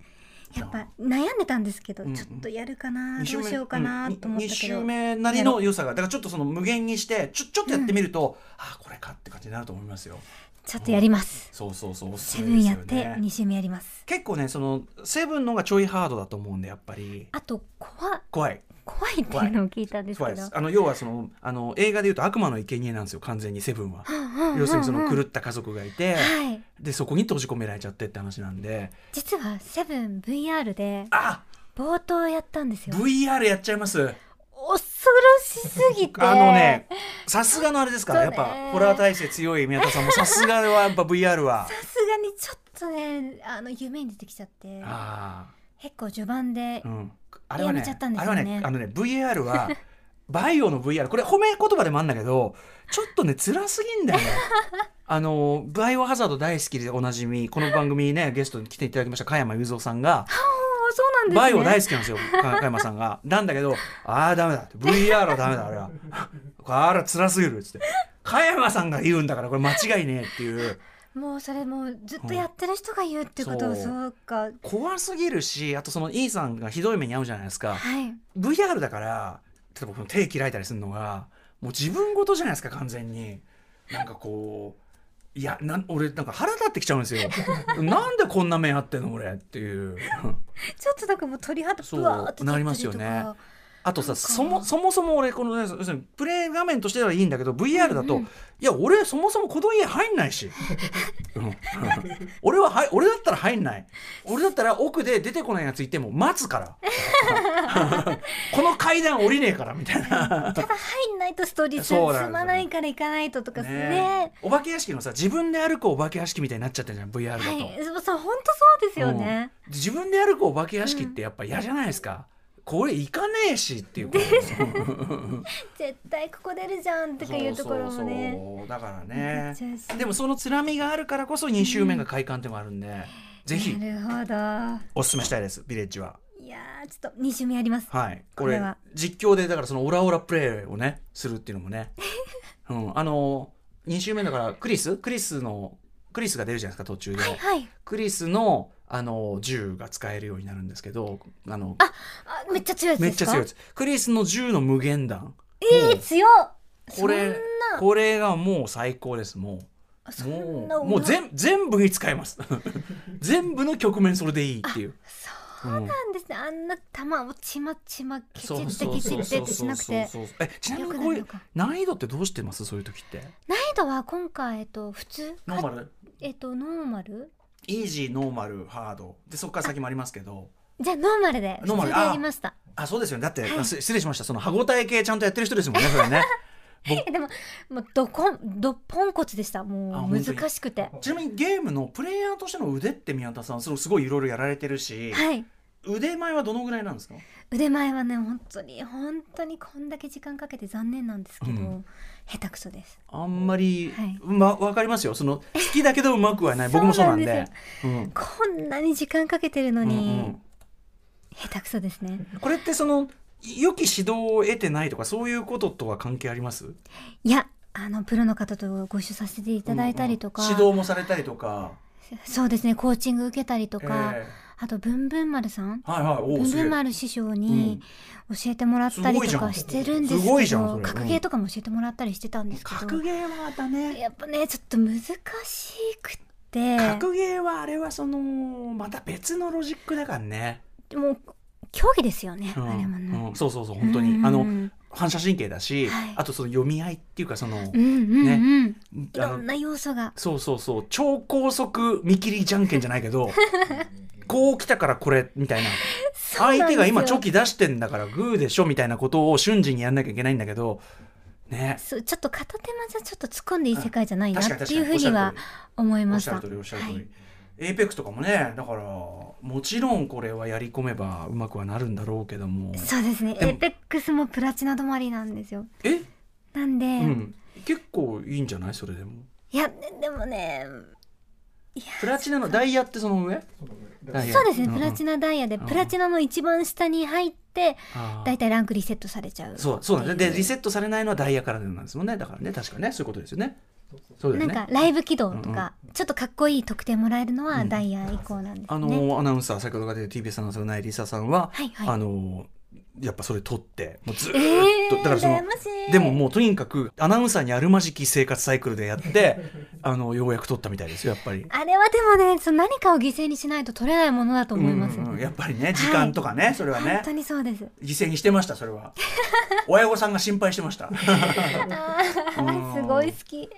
Speaker 5: やっぱ悩んでたんですけど、
Speaker 1: うんうん
Speaker 5: ちょっとやるかな
Speaker 1: 二週
Speaker 5: ど
Speaker 1: 目
Speaker 5: うしようかなと思ったけど、
Speaker 1: うん二二周目なりの良さがだからちょっとその無限にしてちょちょっとやってみると、ああこれかって感じになると思いますよ
Speaker 5: ちょっとやります
Speaker 1: そうそうそうおすす
Speaker 5: セブ
Speaker 1: めで
Speaker 5: ン
Speaker 1: す
Speaker 5: や
Speaker 1: よ
Speaker 5: って2
Speaker 1: ね
Speaker 5: 週目やります
Speaker 1: 結構ねそのセブンの方がちょいハードだと思うんでやっぱり
Speaker 5: あと怖
Speaker 1: 怖い
Speaker 5: 怖いっていうのを聞いたんです
Speaker 1: 怖
Speaker 5: け
Speaker 1: いで
Speaker 5: ど
Speaker 1: すあの要はそのあの映画でいうと悪魔の生贄なんですよ完全にセブンは要するにその狂
Speaker 5: る
Speaker 1: った家族がいて
Speaker 5: はい
Speaker 1: でそこに閉じ込められちゃってって話なんで
Speaker 5: 実はセブン VR で
Speaker 1: あ
Speaker 5: 冒頭やったんですよ
Speaker 1: VR やっちゃいます
Speaker 5: 恐ろしすぎて
Speaker 1: あのね、さすがのあれですから、や
Speaker 5: そ
Speaker 1: っ
Speaker 5: うね
Speaker 1: ぱホラー体制強い宮田さんも、さすがはやっぱ VR は。
Speaker 5: さすがにちょっとねあの夢に出てきちゃって
Speaker 1: あ
Speaker 5: 結構序盤で
Speaker 1: あ、うん。あれはね、
Speaker 5: やめちゃったんで
Speaker 1: あ
Speaker 5: す
Speaker 1: れ
Speaker 5: よ
Speaker 1: は
Speaker 5: ね
Speaker 1: ね、あのね、VR は、バイオの VR、これ褒め言葉でもあるんだけど、ちょっとね、辛すぎんだ よね。あの、バイオハザード大好きでおなじみ、この番組にね、ゲストに来ていただきました、加山雄三さんが、
Speaker 5: あそう
Speaker 1: バ
Speaker 5: な
Speaker 1: イ
Speaker 5: んで
Speaker 1: オ
Speaker 5: すね
Speaker 1: 大好きなんですよ、か加山さんが。なんだけど、ああ、ダメだ。VR はダメだ、あれは。あら、辛すぎる。つって。加山さんが言うんだから、これ間違いねえっていう。
Speaker 5: もうそれもうずっとやってる人が言うってことは
Speaker 1: そう
Speaker 5: そうか
Speaker 1: 怖すぎるし、あとその E さんがひどい目に遭うじゃないですか。
Speaker 5: はい
Speaker 1: VR だから、例えばこの手切られたりするのが、もう自分事じゃないですか、完全に。なんかこう、いや、なん俺なんか腹立ってきちゃうんですよ。なんでこんな目あってんの俺っていう。
Speaker 5: ちょっとなんかもう鳥肌
Speaker 1: そう
Speaker 5: ぶわーって
Speaker 1: なりますよね
Speaker 5: 立ったりとか
Speaker 1: あと
Speaker 5: な
Speaker 1: さ
Speaker 5: んか
Speaker 1: そもそもそも俺このね要するにプレイ画面としてはいいんだけど VR だと、
Speaker 5: うんうん
Speaker 1: いや俺そもそもこの家入んないし、うん俺ははい俺だったら入んない俺だったら奥で出てこないやついても待つから この階段降りねえからみたいな。
Speaker 5: ただ入んないとストーリー進
Speaker 1: そうなんですよね
Speaker 5: まないから行かないととかね
Speaker 1: ねえお化け屋敷のさ自分で歩くお化け屋敷みたいになっちゃってるじゃん VR だと、
Speaker 5: はいそうそう本当そうですよね、
Speaker 1: うん自分で歩くお化け屋敷ってやっぱ嫌じゃないですか、これ行かねえしって いうこと
Speaker 5: 絶対ここ出るじゃんとかいうところもね
Speaker 1: そうそうそうだから
Speaker 5: な
Speaker 1: ね
Speaker 5: っちゃうし
Speaker 1: でもそのつらみがあるからこそ2周目が快感でもあるんで、ぜひ
Speaker 5: なるほ
Speaker 1: おすすめしたいですビレッジは
Speaker 5: どいやーちょっと2週目やります
Speaker 1: はいこ
Speaker 5: こ
Speaker 1: れ
Speaker 5: れは
Speaker 1: 実況でだからそのオラオラプレイをねするっていうのも ね、うん、あの2周目だからクリスクリスのクリスが出るじゃないですか途中で、
Speaker 5: はいはい
Speaker 1: クリスのあの銃が使えるようになるんですけどあの
Speaker 5: あめっちゃ強いやつ
Speaker 1: め
Speaker 5: で
Speaker 1: っ
Speaker 5: す
Speaker 1: ちゃ
Speaker 5: か
Speaker 1: 強いですクリスの銃の無限弾
Speaker 5: えー、強っ
Speaker 1: これ
Speaker 5: そんな
Speaker 1: これがもう最高ですもう
Speaker 5: そんな
Speaker 1: もうもう
Speaker 5: 全
Speaker 1: 全全部に使えます 全部の局面それでいいっていう
Speaker 5: そう
Speaker 1: うん
Speaker 5: なんですねあんな弾をちまちまケチ
Speaker 1: そう
Speaker 5: っ
Speaker 1: そ
Speaker 5: て
Speaker 1: う
Speaker 5: ケチ
Speaker 1: そう
Speaker 5: って
Speaker 1: そ
Speaker 5: っ
Speaker 1: う
Speaker 5: てし
Speaker 1: そう
Speaker 5: なくて
Speaker 1: そうそうえちなみ
Speaker 5: 良
Speaker 1: に
Speaker 5: く
Speaker 1: こ
Speaker 5: な
Speaker 1: う
Speaker 5: る
Speaker 1: い
Speaker 5: の
Speaker 1: う
Speaker 5: か
Speaker 1: 難易度ってどうしてますそういう時って
Speaker 5: 難易度は今回えっと普通
Speaker 1: ノーマル
Speaker 5: えっとノーマル
Speaker 1: イージーノーマルハードでそこから先もありますけど
Speaker 5: じゃあノーマルで
Speaker 1: ノーマ
Speaker 5: 普
Speaker 1: ル
Speaker 5: 通でやりました
Speaker 1: あそうですよねだって、あす失礼しましたその歯応え系ちゃんとやってる人ですもんねそれね
Speaker 5: えでももうどこんどっぽんこつでした
Speaker 1: あ
Speaker 5: もう
Speaker 1: 本当に
Speaker 5: 難しくて
Speaker 1: ちなみにゲームのプレイヤーとしての腕って宮田さんそのすごいいろいろやられてるし、
Speaker 5: はい
Speaker 1: 腕前はどのぐらいなんですか
Speaker 5: 腕前はね本当に本当にこんだけ時間かけて残念なんですけど、
Speaker 1: うん
Speaker 5: 下手くそです
Speaker 1: あんまり、
Speaker 5: はい
Speaker 1: ま、わかりますよそ の好きだけどうまくはない僕もそうなんで
Speaker 5: そうなんで
Speaker 1: うん
Speaker 5: こんなに時間かけてるの
Speaker 1: うん
Speaker 5: に、
Speaker 1: うん
Speaker 5: 下手くそですね
Speaker 1: これってその良き指導を得てないとかそういうこととは関係あります
Speaker 5: いやあのプロの方とご一緒させていただいたりとか、
Speaker 1: うんうん指導もされたりとか
Speaker 5: そうですねコーチング受けたりとか、
Speaker 1: え
Speaker 5: あとブンブン丸さん
Speaker 1: えはいはいお
Speaker 5: ブ
Speaker 1: お
Speaker 5: ン
Speaker 1: す
Speaker 5: ブン
Speaker 1: げえ
Speaker 5: 丸師匠に教えてもらったりとかしてるんです
Speaker 1: すごい
Speaker 5: け
Speaker 1: じゃん
Speaker 5: ど、
Speaker 1: それ
Speaker 5: 格ゲーとかも教えてもらったりしてたんですけど、
Speaker 1: 格ゲーはまたね
Speaker 5: やっぱねちょっと難しくって
Speaker 1: 格ゲーはあれはそのまた別のロジックだからね、
Speaker 5: もう競技ですよね、
Speaker 1: うん
Speaker 5: あれもね、
Speaker 1: うんそうそうそう本当に、あ
Speaker 5: う
Speaker 1: の
Speaker 5: ん
Speaker 1: 反射神経だし、
Speaker 5: はい
Speaker 1: あとその読み合いっていうかその、
Speaker 5: うんうんうん、い
Speaker 1: あ
Speaker 5: ろ
Speaker 1: の
Speaker 5: んな要素が
Speaker 1: そうそうそう超高速見切りじゃんけんじゃないけ どこう来たからこれみたいな相手が今チョ
Speaker 5: キ
Speaker 1: キ出してんだからグーでしょみたいなことを瞬時にやんなきゃいけないんだけどね
Speaker 5: そうちょっと片手間じゃちょっと突っ込んでいい世界じゃないな
Speaker 1: 確かに
Speaker 5: っ
Speaker 1: 確
Speaker 5: て
Speaker 1: か
Speaker 5: い
Speaker 1: に
Speaker 5: うふうには思
Speaker 1: お
Speaker 5: い
Speaker 1: っ
Speaker 5: まし
Speaker 1: しゃ
Speaker 5: た
Speaker 1: る通りおっしゃる通りおっしゃる通り、
Speaker 5: はい
Speaker 1: エイペックスとかもねだからもちろんこれはやり込めばうまくはなるんだろうけども
Speaker 5: そうですね
Speaker 1: で
Speaker 5: エ
Speaker 1: も
Speaker 5: ーペックスもプラチナ止まりなんですよ
Speaker 1: え、
Speaker 5: なんで、
Speaker 1: うん、結構いいんじゃないそれでも
Speaker 5: いやででもね
Speaker 1: プラチナのダイヤってその上ダイヤ
Speaker 5: そうですね、
Speaker 1: んん
Speaker 5: プラチナダイヤで
Speaker 1: うん
Speaker 5: プラチナの一番下に入って
Speaker 1: あー
Speaker 5: だいたいランクリセットされちゃう
Speaker 1: そうそうだねでリセットされないのはダイヤからなんですもんねだからね確かねそういうことですよねそうだ
Speaker 5: な
Speaker 1: よ
Speaker 5: ん
Speaker 1: ね
Speaker 5: かライブ起動とか、ちょっとかっこいい得点もらえるのはダイヤ以降なんですね、
Speaker 1: あのーアナウンサー先ほどが出て TBS アナウンサーのないりささんは、
Speaker 5: はいはい
Speaker 1: あのーやっぱそれ取ってもうずーっ
Speaker 5: え
Speaker 1: と、
Speaker 5: ー、
Speaker 1: だからその
Speaker 5: 羨ましい
Speaker 1: でももうとにかくアナウンサーにあるまじき生活サイクルでやって あのようやく取ったみたいですよやっぱり。
Speaker 5: あれはでもねその何かを犠牲にしないと取れないものだと思います、
Speaker 1: うんうんうんやっぱりね時間とかね、それはね
Speaker 5: 本当にそうです
Speaker 1: 犠牲にしてましたそれは親御さんが心配してま した。うん
Speaker 5: すごい好き、す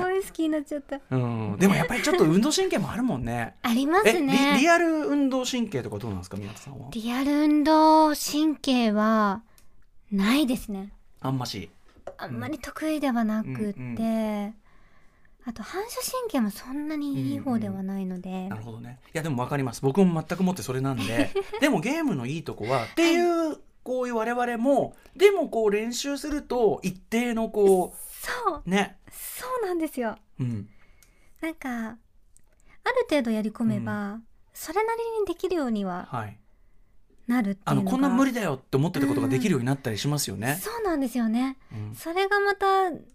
Speaker 5: ごい好きになっちゃった
Speaker 1: うん、でもやっぱりちょっと運動神経もあるもんね。
Speaker 5: ありま
Speaker 1: え
Speaker 5: す
Speaker 1: リリ
Speaker 5: ね
Speaker 1: アル運動神経とかどうなんですか宮田さんは
Speaker 5: リアル運動神経はないですね
Speaker 1: あんまし
Speaker 5: あんまり得意ではなくって、
Speaker 1: うんう
Speaker 5: あと反射神経もそんなにいい方ではないので、
Speaker 1: なるほどねいやでも分かります僕も全くもってそれなん ででもゲームのいいとこはっていうこういう我々もでもこう練習すると一定のこ
Speaker 5: そう
Speaker 1: うね
Speaker 5: そうなんですよ
Speaker 1: うん
Speaker 5: なんかある程度やり込めば、それなりにできるようには
Speaker 1: はい
Speaker 5: なるってい
Speaker 1: あ
Speaker 5: うの
Speaker 1: の
Speaker 5: が
Speaker 1: こんな無理だよって思ってたことができるようになったりしますよね。
Speaker 5: そうなんですよね
Speaker 1: うん
Speaker 5: それがまた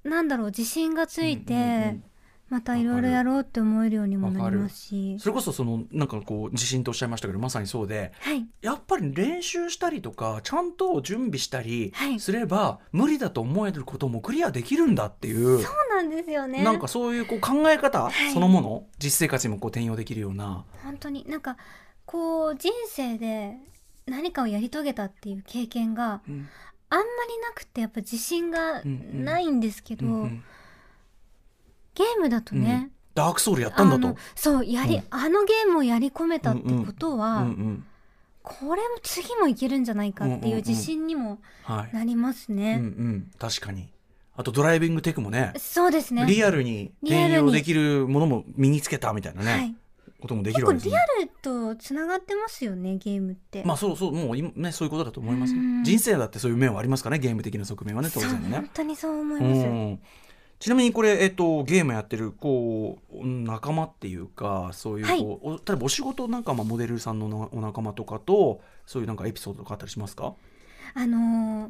Speaker 5: なんだろう自信がついて、
Speaker 1: うんうんうん
Speaker 5: またいろいろやろうって思えるようにもなりますし
Speaker 1: それこそそのなんかこう自信とおっしゃいましたけどまさにそうで
Speaker 5: はい
Speaker 1: やっぱり練習したりとかちゃんと準備したり
Speaker 5: はい
Speaker 1: すれば無理だと思えることもクリアできるんだっていう
Speaker 5: そうなんですよね
Speaker 1: なんかそういうこう考え方
Speaker 5: はい
Speaker 1: そのもの、実生活にもこう転用できるような、
Speaker 5: 本当になんかこう人生で何かをやり遂げたっていう経験が
Speaker 1: うん
Speaker 5: あんまりなくてやっぱ自信が
Speaker 1: うんうん
Speaker 5: ないんですけど、
Speaker 1: うんうん
Speaker 5: ゲームだとね、
Speaker 1: ダークソウルやったんだ
Speaker 5: あ
Speaker 1: と
Speaker 5: の。そうやり、
Speaker 1: うん
Speaker 5: あのゲームをやり込めたってこと
Speaker 1: う
Speaker 5: は、
Speaker 1: んうん
Speaker 5: これも次もいけるんじゃないかっていう自信にも
Speaker 1: はい
Speaker 5: なりますね、
Speaker 1: うんうん、確かにあとドライビングテクもね
Speaker 5: そうですね
Speaker 1: リアルに転
Speaker 5: リアル
Speaker 1: 用
Speaker 5: に
Speaker 1: できるものも身につけたみたいなね、
Speaker 5: はい、
Speaker 1: こともでき
Speaker 5: 結
Speaker 1: るわ
Speaker 5: 構
Speaker 1: けです
Speaker 5: リ
Speaker 1: ね。
Speaker 5: アルとつながってますよねゲームって、
Speaker 1: まあそうそうもう今ねそういうことだと思いますよ
Speaker 5: うん
Speaker 1: 人生だってそういう面はありますからねゲーム的な側面はね当
Speaker 5: そう
Speaker 1: 然ね
Speaker 5: 本。当にそう思いうます、
Speaker 1: んちなみにこれ、えっと、ゲームやってるこう仲間っていうかそういうこう、お例えばお仕事なんか、まあ、モデルさんのなお仲間とかとそういうなんかエピソードとかあったりしますか
Speaker 5: あのー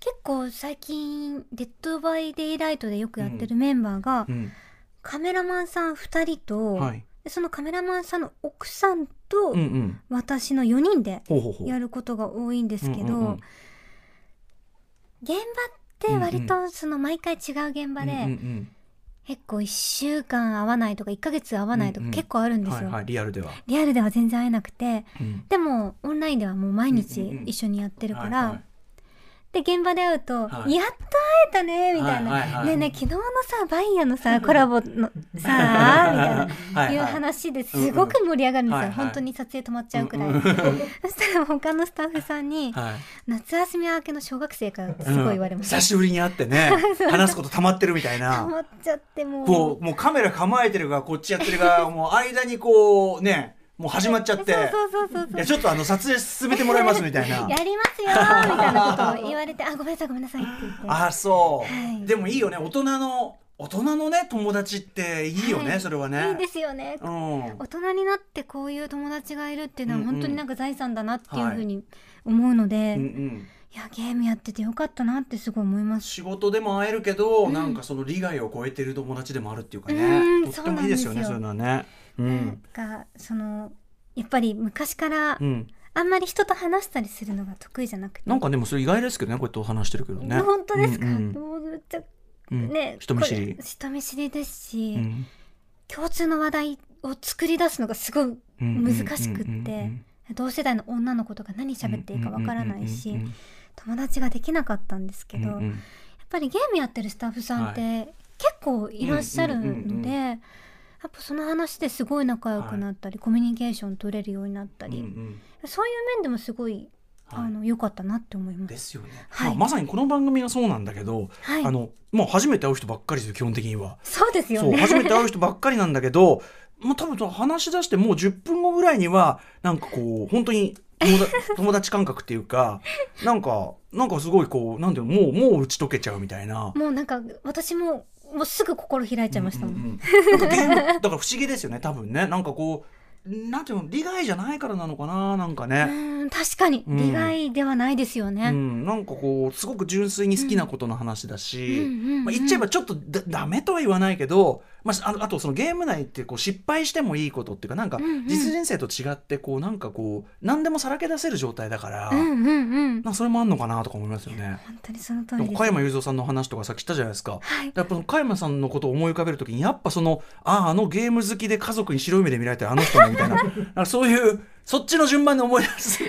Speaker 5: 結構最近「デッド・バイ・デイ・ライト」でよくやってるメンバーが、
Speaker 1: うん
Speaker 5: カメラマンさん2人と、
Speaker 1: はい
Speaker 5: でそのカメラマンさんの奥さんと
Speaker 1: うんうん
Speaker 5: 私の4人で
Speaker 1: ほうほうほう
Speaker 5: やることが多いんですけど、
Speaker 1: うんうんうん
Speaker 5: 現場って割とその毎回違う現場で、
Speaker 1: うんうん
Speaker 5: 結構1週間会わないとか1ヶ月会わないと
Speaker 1: うんう
Speaker 5: か
Speaker 1: ん
Speaker 5: 結構あるん
Speaker 1: うん
Speaker 5: です
Speaker 1: は
Speaker 5: よ。
Speaker 1: いはいリアルでは、
Speaker 5: リアルでは全然会えなくて
Speaker 1: うん
Speaker 5: でもオンラインではもう毎
Speaker 1: うんうん
Speaker 5: 日
Speaker 1: うん
Speaker 5: 一緒にやってるから、
Speaker 1: はいはい
Speaker 5: で現場で会うと「
Speaker 1: はい
Speaker 5: やっと会えたね」みたいな「
Speaker 1: はいはいはい
Speaker 5: ねえねえ昨日のさバイヤのさコラボ のさみ
Speaker 1: はい
Speaker 5: たいな。
Speaker 1: はい
Speaker 5: いう話ですごく盛り上がるんですよ、
Speaker 1: うんうんはいはい
Speaker 5: 本当に撮影止まっちゃうくらい、
Speaker 1: うんうん
Speaker 5: そしたら他のスタッフさんに
Speaker 1: はい
Speaker 5: 「夏休み明けの小学生から」ってすごい言われました、
Speaker 1: うん久しぶりに会って ね話すこと溜まってるみたい
Speaker 5: ハマ
Speaker 1: な
Speaker 5: っちゃってもう
Speaker 1: こうもうカメラ構えてるがこっちやってるがもう間にこうねもう始まっちゃって
Speaker 5: そうそうそう
Speaker 1: い
Speaker 5: そう
Speaker 1: やちょっとあの撮影進めてもらえますみたいな
Speaker 5: やりますよーみたいなことを言われて「あごめんなさいごめんなさい」って言って
Speaker 1: あそう、
Speaker 5: はい
Speaker 1: でもいいよね大人の大人のね友達っていいよね、
Speaker 5: はい
Speaker 1: それはね
Speaker 5: いいですよね
Speaker 1: うん
Speaker 5: 大人になってこういう友達がいるっていうの
Speaker 1: う
Speaker 5: は
Speaker 1: んうん
Speaker 5: 本当になんか財産だなっていうふうに思うので、
Speaker 1: うんう
Speaker 5: い、
Speaker 1: ん、
Speaker 5: やゲームやっててよかったなってすごい思います
Speaker 1: 仕事でも会えるけど、なんかその利害を超えてる友達でもあるっていうか
Speaker 5: う
Speaker 1: ね
Speaker 5: ん
Speaker 1: とってもいいですよねそ
Speaker 5: そう
Speaker 1: い
Speaker 5: う
Speaker 1: うのはねう
Speaker 5: なん
Speaker 1: ん、
Speaker 5: かそのやっぱり昔から
Speaker 1: うん、
Speaker 5: あんまり人と話したりするのが得意じゃなくて
Speaker 1: なんかでもそれ意外ですけどねこうやってお話してるけどね
Speaker 5: 本当ですか、
Speaker 1: うんうん
Speaker 5: もうめっちゃ
Speaker 1: うん
Speaker 5: ね
Speaker 1: 人見知り
Speaker 5: これ人見知りですし、
Speaker 1: うん
Speaker 5: 共通の話題を作り出すのがすごい
Speaker 1: うん
Speaker 5: 難しくって
Speaker 1: うんうんうん
Speaker 5: 同世代の女の子とか何喋っていいかわからないし、
Speaker 1: うんうんうん
Speaker 5: 友達ができなかったんですけど、
Speaker 1: うんうん
Speaker 5: やっぱりゲームやってるスタッフさんって結構いらっしゃる
Speaker 1: うんうんうんう
Speaker 5: の
Speaker 1: ん
Speaker 5: でやっぱその話ですごい仲良くなったり、コミュニケーション取れるようになった
Speaker 1: うんう
Speaker 5: り、
Speaker 1: ん
Speaker 5: そういう面でもすごい
Speaker 1: はい
Speaker 5: あの良かったなって思いま。
Speaker 1: ですすよね、
Speaker 5: はい
Speaker 1: まあまさにこの番組がそうなんだけど、
Speaker 5: はい
Speaker 1: あのもう初めて会う人ばっかりですよ基本的には。
Speaker 5: そうですよ
Speaker 1: そう
Speaker 5: ね。
Speaker 1: 初めて会う人ばっかりなんだけど まあ、多分話し出してもう10分後ぐらいにはなんかこう本当に友だ 友達感覚っていうかなんかなんかすごいこうなんていうのもうもう打ち解けちゃうみたいな。
Speaker 5: もうなんか私ももうすぐ心開いちゃいましたもん、
Speaker 1: うんうんうんなんかゲームだから不思議ですよね多分ねなんかこうなんていうの利害じゃないからなのかななんかね。
Speaker 5: うん確かに
Speaker 1: うん
Speaker 5: 利害ではないですよ
Speaker 1: う
Speaker 5: ね、
Speaker 1: ん、なんかこうすごく純粋に好きなことの話だし、
Speaker 5: うんうんうんうん
Speaker 1: まあ、言っちゃえばちょっとだダメとは言わないけど、まあ、あのあとそのゲーム内ってこう失敗してもいいことっていうかなんか
Speaker 5: うんうん
Speaker 1: 実人生と違ってこうなんかこう何でもさらけ出せる状態だから、
Speaker 5: うん、うんうん
Speaker 1: なんかそれもあんのかなとか思いますよね。
Speaker 5: 本当にその通
Speaker 1: でも
Speaker 5: りです
Speaker 1: 加山雄三さんの話とかさっきしたじゃないですか。
Speaker 5: はい
Speaker 1: やっぱ加山さんのことを思い浮かべるときにやっぱそのあああのゲーム好きで家族に白い目で見られてるあの人ねみたい ななんかそういうそっちの順番で思い出す
Speaker 5: ち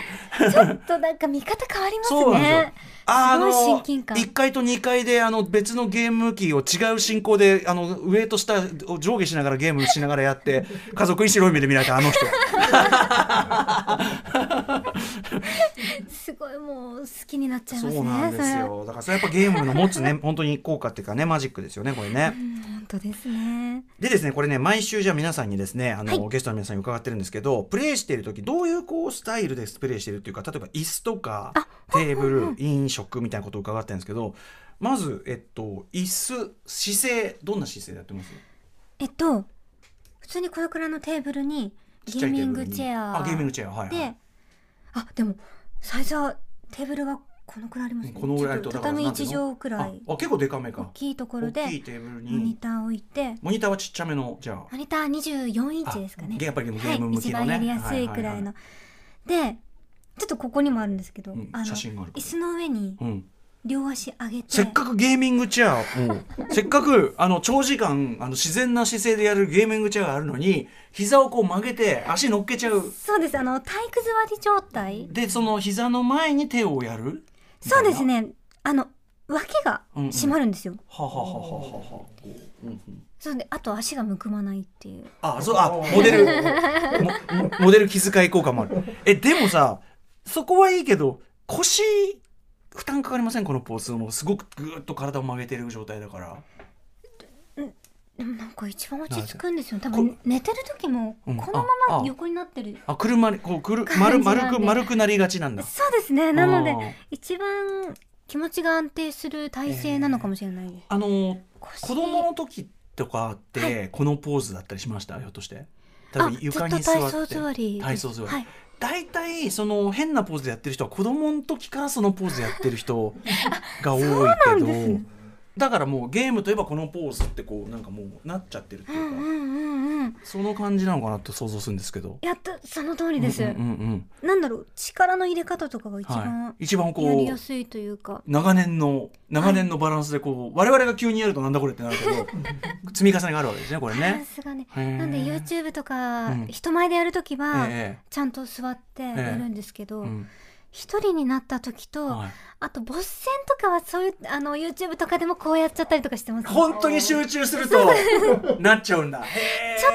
Speaker 5: ょっとなんか見方変わりますね
Speaker 1: そうなんですよあ
Speaker 5: すごい
Speaker 1: の
Speaker 5: 親近感
Speaker 1: 1階と2階であの別のゲーム機を違う進行であの上と下を上下しながらゲームしながらやって 家族に白い目で見られたあの人
Speaker 5: すごいもう好きになっちゃいます
Speaker 1: そ
Speaker 5: ね
Speaker 1: うなんですよだからそれやっぱゲームの持つね 本当に効果っていうかねマジックですよねこれね。
Speaker 5: それ本当ですね
Speaker 1: でですね、これね、毎週じゃあ皆さんにですね、あの、
Speaker 5: はい
Speaker 1: ゲストの皆さんに伺ってるんですけど、プレイしている時どういうこう、スタイルでプレイしているっていうか、例えば椅子とか、テーブル、飲食みたいなことを伺ってるんですけど、まず、えっと、椅子、姿勢、どんな姿勢でやってます
Speaker 5: えっと普通にこれくらいのテーブルに
Speaker 1: ちっ
Speaker 5: ゲ
Speaker 1: ちゃ
Speaker 5: ー
Speaker 1: いテ
Speaker 5: ミ
Speaker 1: ー
Speaker 5: ン
Speaker 1: ブル
Speaker 5: グ
Speaker 1: に
Speaker 5: チェア
Speaker 1: あ、ゲーミングチェア、はい、はい
Speaker 5: で。あでもサイズはテーブルがこのくらいありますね
Speaker 1: このぐらい
Speaker 5: ちょ
Speaker 1: と
Speaker 5: っと畳
Speaker 1: だから
Speaker 5: 1畳くら
Speaker 1: あ
Speaker 5: い、
Speaker 1: あ結構デカめ
Speaker 5: 大
Speaker 1: か。
Speaker 5: きいところ
Speaker 1: 大
Speaker 5: で
Speaker 1: きいテーブル
Speaker 5: モニ
Speaker 1: に。
Speaker 5: ターを置いて
Speaker 1: モニターはちっちゃめの、じゃあ。
Speaker 5: モニター24インチですかね
Speaker 1: あやっぱりでもゲ
Speaker 5: はい
Speaker 1: ーム向き
Speaker 5: 一
Speaker 1: の
Speaker 5: 番
Speaker 1: ね。
Speaker 5: やりやすいくらいの、でちょっとここにもあるんですけど、
Speaker 1: うん
Speaker 5: あの
Speaker 1: 写真があるか
Speaker 5: 椅
Speaker 1: ら
Speaker 5: 子の上に
Speaker 1: うん。
Speaker 5: 両足上げて
Speaker 1: せっかくゲーミングチェアを、 せっかくあの長時間あの自然な姿勢でやるゲーミングチェアがあるのに膝をこう曲げて足乗っけちゃう
Speaker 5: そうですあの体育座り状態
Speaker 1: でその膝の前に手をやるみた
Speaker 5: そ
Speaker 1: いうな
Speaker 5: ですねあの脇が
Speaker 1: うんうん
Speaker 5: 締まるんですよ、
Speaker 1: はははははは
Speaker 5: そうであと足がむくまないっていう
Speaker 1: あそうあモデルももモデル気遣い効果もあるえでもさそこはいいけど腰負担かかりませんこのポーズもすごくぐーっと体を曲げてる状態だから
Speaker 5: でもなんか一番落ち着くんですよ多分
Speaker 1: こ
Speaker 5: 寝てる時もこ
Speaker 1: うん
Speaker 5: の
Speaker 1: あ
Speaker 5: ま
Speaker 1: あ
Speaker 5: ま横になってる
Speaker 1: あ車にこうくる丸丸く丸くなりがちなんだ
Speaker 5: そうですねなの
Speaker 1: あ
Speaker 5: で
Speaker 1: ー
Speaker 5: 一番気持ちが安定する体勢なのかもしれないです、
Speaker 1: あの
Speaker 5: 腰
Speaker 1: 子供の時とかって、このポーズだったりしましたひょっとして多
Speaker 5: あ
Speaker 1: 分床に座って
Speaker 5: ずっと体操座りです
Speaker 1: 体操座り
Speaker 5: はい
Speaker 1: 大体その変なポーズでやってる人は子供の時からそのポーズやってる人 が多いけど、だからもうゲームといえばこのポーズってこうなんかもうなっちゃってるっていううか、
Speaker 5: んうんうんうん
Speaker 1: その感じなのかなって想像するんですけど。
Speaker 5: やったその通りです、
Speaker 1: うんうんうん
Speaker 5: なんだろう力の入れ方とかが一
Speaker 1: は
Speaker 5: 番
Speaker 1: い、一番こ
Speaker 5: やりや
Speaker 1: う
Speaker 5: すいというか、
Speaker 1: 長年の長年のバランスでこう、我々が急にやるとなんだこれってなるけど 積み重ねがあるわけですねこれ
Speaker 5: バラン
Speaker 1: ね。
Speaker 5: スがね
Speaker 1: へー
Speaker 5: なんで YouTube とか
Speaker 1: うん
Speaker 5: 人前でやるときは
Speaker 1: ええ
Speaker 5: ちゃんと座ってやるんですけど
Speaker 1: うん
Speaker 5: 一人になった時と
Speaker 1: はい
Speaker 5: あとボス戦とかはそういうあの YouTube とかでもこうやっちゃったりとかしてます
Speaker 1: 本当に集中するとなっちゃ うんだ。
Speaker 5: ちょ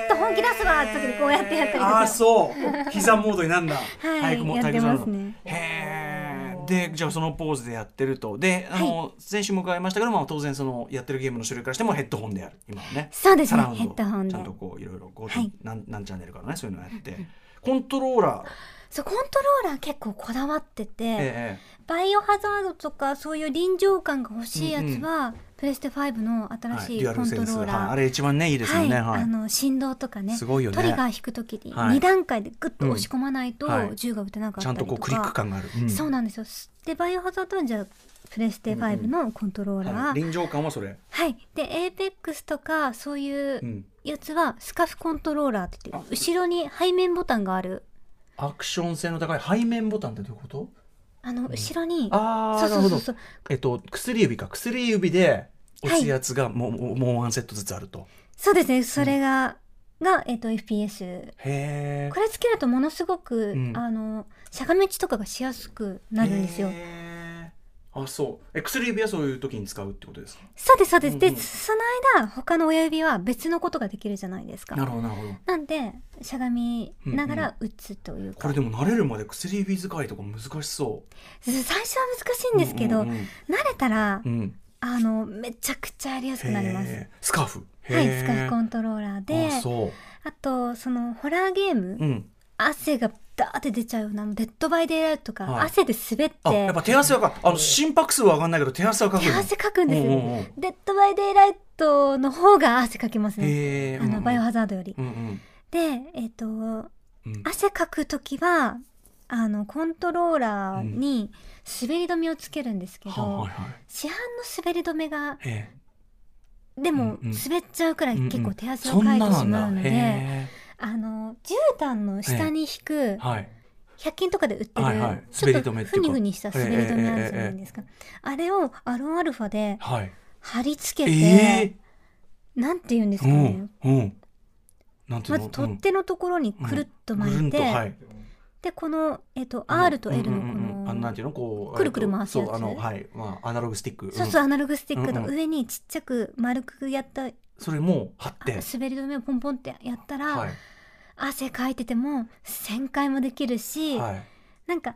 Speaker 5: っと本気出すわって時にこうやってやったりと
Speaker 1: あ
Speaker 5: か
Speaker 1: あそう。膝モードになんだ。
Speaker 5: い
Speaker 1: 早くも
Speaker 5: やってますね。
Speaker 1: 体育座りへえ。でじゃあそのポーズでやってるとであの、先週も伺いましたけど、まあ、当然そのやってるゲームの種類からしてもヘッドホンでやる今はね
Speaker 5: そうです
Speaker 1: サ
Speaker 5: ね
Speaker 1: ラウンド
Speaker 5: ヘッドホンで
Speaker 1: ちゃんとこういろいろこう、
Speaker 5: はい
Speaker 1: なんなんチャンネルからねそういうのやってコントローラー、
Speaker 5: そうコントローラー結構こだわってて、
Speaker 1: え
Speaker 5: バイオハザードとかそういう臨場感が欲しいやつは、プレステ5の
Speaker 1: え
Speaker 5: 新
Speaker 1: はい、
Speaker 5: し
Speaker 1: デ
Speaker 5: い
Speaker 1: ュア
Speaker 5: コ
Speaker 1: ル
Speaker 5: ン
Speaker 1: セ
Speaker 5: ト
Speaker 1: ンス、
Speaker 5: ロ
Speaker 1: は
Speaker 5: ー
Speaker 1: い、
Speaker 5: ラー
Speaker 1: あれ一番ねいいですよね。はい
Speaker 5: あの振動とかね
Speaker 1: すごいよね
Speaker 5: トリガー引くときに
Speaker 1: はい
Speaker 5: 2段階でグッと押し込まないと
Speaker 1: うんはい
Speaker 5: 銃が撃てなかっ
Speaker 1: ち
Speaker 5: た
Speaker 1: ゃ
Speaker 5: り
Speaker 1: んと
Speaker 5: と
Speaker 1: こ
Speaker 5: か、
Speaker 1: うクリック感がある。うん
Speaker 5: そうなんですよでバイオハザードはじゃあプレステ5のコントローラー、
Speaker 1: はい
Speaker 5: はい
Speaker 1: 臨場感はそれ。。
Speaker 5: でエーペックスとかそういううんやつはスカフコントローラーって言って後ろに背面ボタンがある
Speaker 1: アクション性の高い背面ボタンってどういうこと？
Speaker 5: あの後ろに、
Speaker 1: ああ
Speaker 5: そう
Speaker 1: な
Speaker 5: そ
Speaker 1: るほど
Speaker 5: うそうそう
Speaker 1: えっと薬指か薬指で押すやつがもう、もうもうワンセットずつあると
Speaker 5: そうですねそれが、が、えっと FPS
Speaker 1: へえ
Speaker 5: これつけるとものすごく、
Speaker 1: うん
Speaker 5: あのしゃがみ打ちとかがしやすくなるんですよ、
Speaker 1: へーあそうえ薬指はそういう時に使うってことですか
Speaker 5: そうですそうです、
Speaker 1: うんうん
Speaker 5: でその間他の親指は別のことができるじゃないですか
Speaker 1: なるほどなるほど
Speaker 5: なんでしゃがみながら打つという
Speaker 1: こ
Speaker 5: か、
Speaker 1: れでも慣れるまで薬指使いとか難しそ
Speaker 5: ず最初は難しい
Speaker 1: う
Speaker 5: んですけど、
Speaker 1: うんうん
Speaker 5: 慣れたら、
Speaker 1: うんうん
Speaker 5: あのめちゃくちゃやりやすくなります
Speaker 1: へースカーフ
Speaker 5: はいスカフコ
Speaker 1: ン
Speaker 5: ントローラーで
Speaker 1: あそう
Speaker 5: あとそのホラーゲーム、
Speaker 1: うん
Speaker 5: 汗がダーって出ちゃうようなデッドバイデイライトとか、
Speaker 1: はい
Speaker 5: 汗で滑って
Speaker 1: あやっぱ手汗はかあの心拍数は上がんないけど手汗はかく
Speaker 5: 手汗かくんですよ、
Speaker 1: うんうんうん
Speaker 5: デッドバイデイライトの方が汗かきますね、
Speaker 1: へえ
Speaker 5: あのバイオハザードより、
Speaker 1: うんうん
Speaker 5: でえっ、と
Speaker 1: うん
Speaker 5: 汗かく時はあのコントローラーに滑り止めをつけるんですけど、
Speaker 1: はいはいはい
Speaker 5: 市販の滑り止めが
Speaker 1: え
Speaker 5: でも
Speaker 1: うんうん
Speaker 5: 滑っちゃうくらい
Speaker 1: うんうん
Speaker 5: 結構手汗を
Speaker 1: そんな
Speaker 5: か
Speaker 1: い
Speaker 5: て
Speaker 1: な
Speaker 5: し
Speaker 1: ん
Speaker 5: まうの
Speaker 1: だ
Speaker 5: で、
Speaker 1: へ
Speaker 5: あの絨毯の下に引く
Speaker 1: えはい
Speaker 5: 100均とかで売ってる、
Speaker 1: はいはい
Speaker 5: ちょ
Speaker 1: 滑
Speaker 5: っ
Speaker 1: り
Speaker 5: と
Speaker 1: 止めって
Speaker 5: ふ
Speaker 1: いうか
Speaker 5: にふにした滑り止めあるじゃないですか、あれをアロンアルファで
Speaker 1: はい
Speaker 5: 貼り付けて、
Speaker 1: え
Speaker 5: なんて言うんです
Speaker 1: えう
Speaker 5: かね、
Speaker 1: んうんなんていうの
Speaker 5: まず取っ手のところにくるっと
Speaker 1: うんぐ
Speaker 5: 巻
Speaker 1: る
Speaker 5: い
Speaker 1: ん
Speaker 5: て、
Speaker 1: とはい
Speaker 5: でこの、えっと R と L のこ
Speaker 1: うんうんうんうんあのなん
Speaker 5: の
Speaker 1: ていうのこう
Speaker 5: くるくる回すやつ
Speaker 1: そうあのはいまあアナログスティック
Speaker 5: そうそう
Speaker 1: うん
Speaker 5: アナログスティック
Speaker 1: うん
Speaker 5: の
Speaker 1: うん
Speaker 5: 上にちっちゃく丸くやったあ
Speaker 1: それも貼って
Speaker 5: 滑り止めをポンポンってやったら、
Speaker 1: は
Speaker 5: 汗かいてても旋回もできる
Speaker 1: い
Speaker 5: し、
Speaker 1: はい
Speaker 5: なんか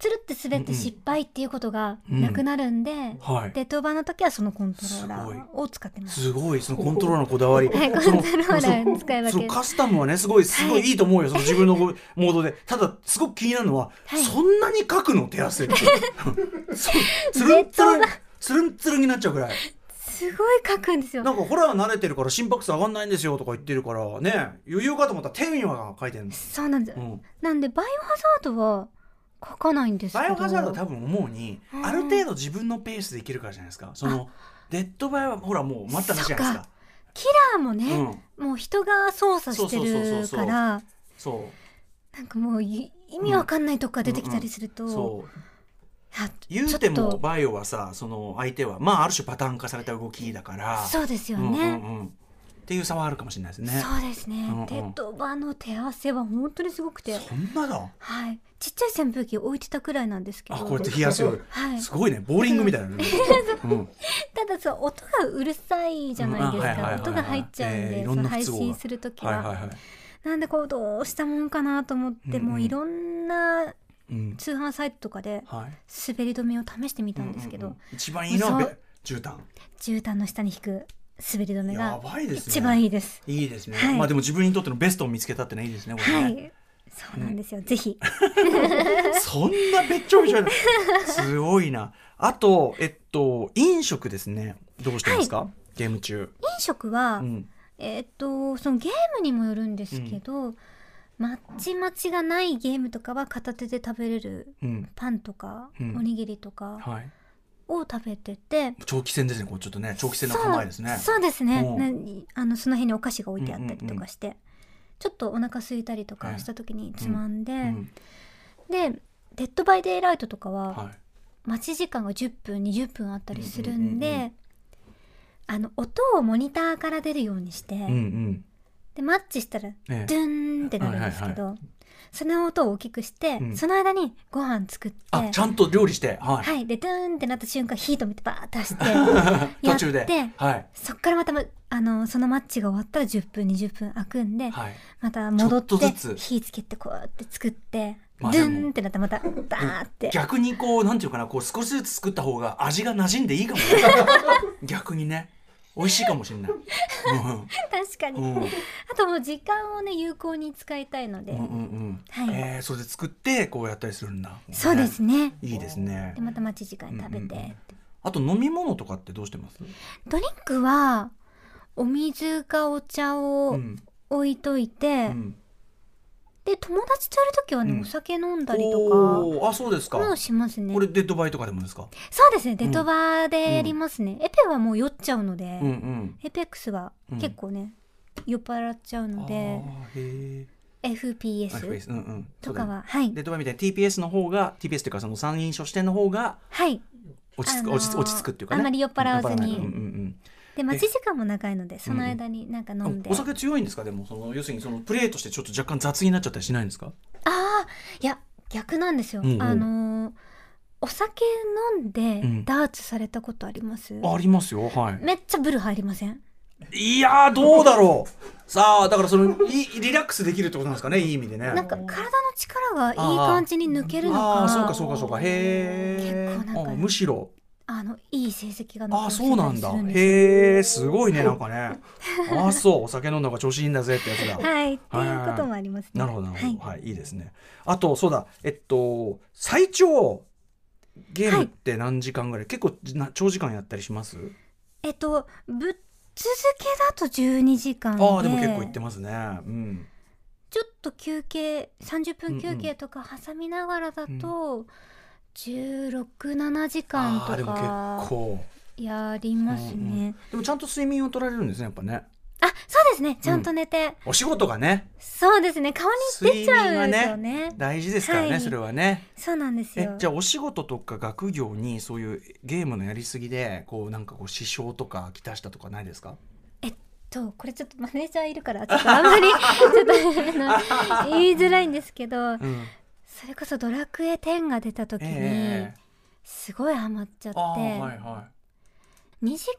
Speaker 5: つるって滑っ
Speaker 1: うんう
Speaker 5: て
Speaker 1: ん
Speaker 5: 失敗っていうことがなくなるんで、
Speaker 1: はい
Speaker 5: で登板の時はそのコントローラ
Speaker 1: すごい
Speaker 5: ーを使ってます。
Speaker 1: すごいそのコントローラーのこだわり
Speaker 5: はいコ ント
Speaker 1: そ
Speaker 5: ロ
Speaker 1: の
Speaker 5: ーラーの使い分
Speaker 1: そう
Speaker 5: け
Speaker 1: カスタムはねすごいすごいいいと思うよ、その自分のごモードで ただすごく気になるのは、
Speaker 5: はい
Speaker 1: そんなに書くの手汗って そうつるんつるんつるんつるんになっちゃうぐらい
Speaker 5: すごい書くんですよ
Speaker 1: なんかホラー慣れてるから心拍数上がんないんですよとか言ってるからね余裕かと思ったら手には書いてるんです、
Speaker 5: そうなんです
Speaker 1: う
Speaker 5: よ、
Speaker 1: ん、
Speaker 5: なんでバイオハザードは書かないんですけど
Speaker 1: バイオハザードは多分思うに
Speaker 5: うん
Speaker 1: ある程度自分のペースでいけるからじゃないですかそのデッドバイはほらもう待ったなしじゃないですか
Speaker 5: キラーもね、もう人が操作して
Speaker 1: そうそうそう
Speaker 5: る
Speaker 1: そうそう
Speaker 5: から
Speaker 1: そう,、うん、
Speaker 5: なんかもうい意味わかんないとこから出てきたりすると、
Speaker 1: そうそう
Speaker 5: あ
Speaker 1: 言
Speaker 5: ち
Speaker 1: う
Speaker 5: ょって
Speaker 1: も
Speaker 5: と
Speaker 1: バイオはさその相手はまあある種パターン化された動きだから
Speaker 5: そうですよね、
Speaker 1: うんうんうん、っていう差はあるかもしれないですね
Speaker 5: そうですね、
Speaker 1: うんうん
Speaker 5: デッドバーの手汗は本当にすごくて
Speaker 1: そんなだ
Speaker 5: はいちっちゃい扇風機置いてたくらいなんですけ
Speaker 1: あ
Speaker 5: ど
Speaker 1: こうやって冷やすよ、
Speaker 5: はい
Speaker 1: すごいねボーリングみたいな ね、うん、
Speaker 5: ただそう音がうるさいじゃないです
Speaker 1: うんあはいはいはいは
Speaker 5: か
Speaker 1: い
Speaker 5: 音が入っちゃうんで、
Speaker 1: えーいろ
Speaker 5: そ
Speaker 1: んな
Speaker 5: の
Speaker 1: 不都合が
Speaker 5: 配信するとき
Speaker 1: はい
Speaker 5: は,、
Speaker 1: はいはい、
Speaker 5: なんでこうどうしたもんかなと思って、
Speaker 1: うんうん
Speaker 5: もういろんな
Speaker 1: うん
Speaker 5: 通販サイトとかで
Speaker 1: はい、
Speaker 5: 滑り止めを試してみたんですけど、
Speaker 1: うんうんうん一番いいのは
Speaker 5: そ
Speaker 1: べ
Speaker 5: う
Speaker 1: 絨毯
Speaker 5: 絨毯の下に引く滑り止め
Speaker 1: や
Speaker 5: が
Speaker 1: ばいですね
Speaker 5: 一番いいです。
Speaker 1: いいですね、
Speaker 5: はい
Speaker 1: まあでも自分にとってのベストを見つけたってのはいいですねこれ
Speaker 5: は
Speaker 1: ね、
Speaker 5: い、そうなんですよ。ぜひ、
Speaker 1: そんなべっちょべちょなすごいなあとえっと飲食ですねどうしてますか、ゲーム中、
Speaker 5: 飲食は、
Speaker 1: うん、
Speaker 5: えーっとそのゲームにもよるんですけど、まっちまちがないゲームとかは片手で食べれる
Speaker 1: うん、
Speaker 5: パンとか、
Speaker 1: うん
Speaker 5: おにぎりとか
Speaker 1: はい
Speaker 5: を食べてて、
Speaker 1: 長期戦ですねこうちょっとね長期戦の構えですね
Speaker 5: そうそうですね、
Speaker 1: うん
Speaker 5: なあのその辺にお菓子が置いてあったりとかして、ちょっとお腹空いたりとかした時につまんで、
Speaker 1: うん
Speaker 5: で「デッド・バイ・デイ・ライト」とかは
Speaker 1: はい
Speaker 5: 待ち時間が10分20分あったりするんで、
Speaker 1: うんうんうんう
Speaker 5: あの音をモニターから出るようにして、
Speaker 1: うんうん
Speaker 5: でマッチしたらド
Speaker 1: ええ
Speaker 5: ゥーンってなるんですけど、その音を大きくして、
Speaker 1: うん
Speaker 5: その間にご飯作って
Speaker 1: あちゃんと料理してはい、
Speaker 5: はいでドゥーンってなった瞬間火止めてバーッと足して
Speaker 1: 途中
Speaker 5: や
Speaker 1: で
Speaker 5: って
Speaker 1: はい
Speaker 5: そっからまたまあのそのマッチが終わったら10分20分開くんで、
Speaker 1: はい
Speaker 5: また戻っ
Speaker 1: ちょっと
Speaker 5: て
Speaker 1: ずつ
Speaker 5: 火つけてこうやって作って、
Speaker 1: まあ
Speaker 5: ドゥ
Speaker 1: でも
Speaker 5: ーンってなったらまたバーって、
Speaker 1: 逆にこうなんていうかなこう少しずつ作った方が味が馴染んでいい かもね逆にね美味しいかもしれない、う
Speaker 5: 確かに、
Speaker 1: んうん、
Speaker 5: あともう時間をね有効に使いたいので、
Speaker 1: うんうん
Speaker 5: は
Speaker 1: うん、
Speaker 5: い、
Speaker 1: えー、それで作ってこうやったりするんだ
Speaker 5: そうですね
Speaker 1: いいですね
Speaker 5: でまた待ち時間に食べて、
Speaker 1: うんうんうんあと飲み物とかってどうしてます、
Speaker 5: ドリンクはお水かお茶
Speaker 1: う
Speaker 5: を
Speaker 1: ん
Speaker 5: 置いといて、
Speaker 1: うん、
Speaker 5: で友達とやるときはね、
Speaker 1: うん
Speaker 5: お酒飲んだりと
Speaker 1: おーあそうです
Speaker 5: か
Speaker 1: か
Speaker 5: もうしますね
Speaker 1: これデッドバイとかでもですか
Speaker 5: そうですねデトバーでやりますね、エペはもう酔っちゃうので、
Speaker 1: うんうん
Speaker 5: エペックスは結構ね、酔っ払っちゃうので
Speaker 1: あーへえ
Speaker 5: FPS
Speaker 1: FPS うんうん
Speaker 5: とか
Speaker 1: そうだね
Speaker 5: は、はい
Speaker 1: デッドバイみたいに TPS の方が TPS っていうかその三人称視点の方が
Speaker 5: はい
Speaker 1: 落ち着く、
Speaker 5: あのー
Speaker 1: 落ち着落ち着くっていうかね
Speaker 5: あんまり酔っ払わずに
Speaker 1: うんうん
Speaker 5: で待ち時間も長いのでその間になんか飲
Speaker 1: うん
Speaker 5: んで、
Speaker 1: お酒強いんですかでもその要するにそのプレーとしてちょっと若干雑になっちゃったりしないんですか
Speaker 5: ああいや逆なんですよ、
Speaker 1: うんうん
Speaker 5: あのーお酒飲ん
Speaker 1: うん
Speaker 5: でダーツされたことあります、
Speaker 1: ありますよは
Speaker 5: めっちゃブル入りません
Speaker 1: いいやーどうだろうさあだからそのいリラックスできるってことなんですかねいい意味でね
Speaker 5: なんか体の力がいい感じに抜けるのか
Speaker 1: ああそうかそうかそうかへえ
Speaker 5: 結構なんか
Speaker 1: むしろ
Speaker 5: あのいい成績が
Speaker 1: あ
Speaker 5: 残
Speaker 1: あ
Speaker 5: せ
Speaker 1: そうなんだ
Speaker 5: たりするんです
Speaker 1: へえすごいねなんかねああそうお酒飲んだ方が調子いいんだぜってやつ だ
Speaker 5: はいっていうこともありますね。
Speaker 1: なるほどなるほど
Speaker 5: はい
Speaker 1: はい、い、いですねあとそうだえっと最長ゲームって何時間ぐらい、結構な長時間やったりします、
Speaker 5: えっとぶっ続けだと12時間で
Speaker 1: ああでも結構いってますねうん
Speaker 5: ちょっと休憩30
Speaker 1: うんう
Speaker 5: 分
Speaker 1: ん
Speaker 5: 休憩とか挟みながらだと、1617時間
Speaker 1: ああで
Speaker 5: と
Speaker 1: も結
Speaker 5: か
Speaker 1: 構
Speaker 5: やりますね。
Speaker 1: うんうんでもちゃんと睡眠を取られるんですねやっぱね
Speaker 5: あそうですねちゃんと寝て、
Speaker 1: お仕事がね
Speaker 5: そうですね顔に出ちゃう
Speaker 1: 睡眠
Speaker 5: と
Speaker 1: は
Speaker 5: ね
Speaker 1: 大事ですからね、
Speaker 5: はい
Speaker 1: それはね
Speaker 5: そうなんです
Speaker 1: え
Speaker 5: よ
Speaker 1: じゃあお仕事とか学業にそういうゲームのやりすぎでこうなんかこう支障とかきたしたとかないですか
Speaker 5: とこれちょっとマネージャーいるからちょっとあん まりちょっとあの言いづらいんですけど
Speaker 1: うん
Speaker 5: それこそ「ドラクエ10」が出た時に
Speaker 1: え
Speaker 5: すごいハマっちゃって、
Speaker 1: ああはいは
Speaker 5: 2時間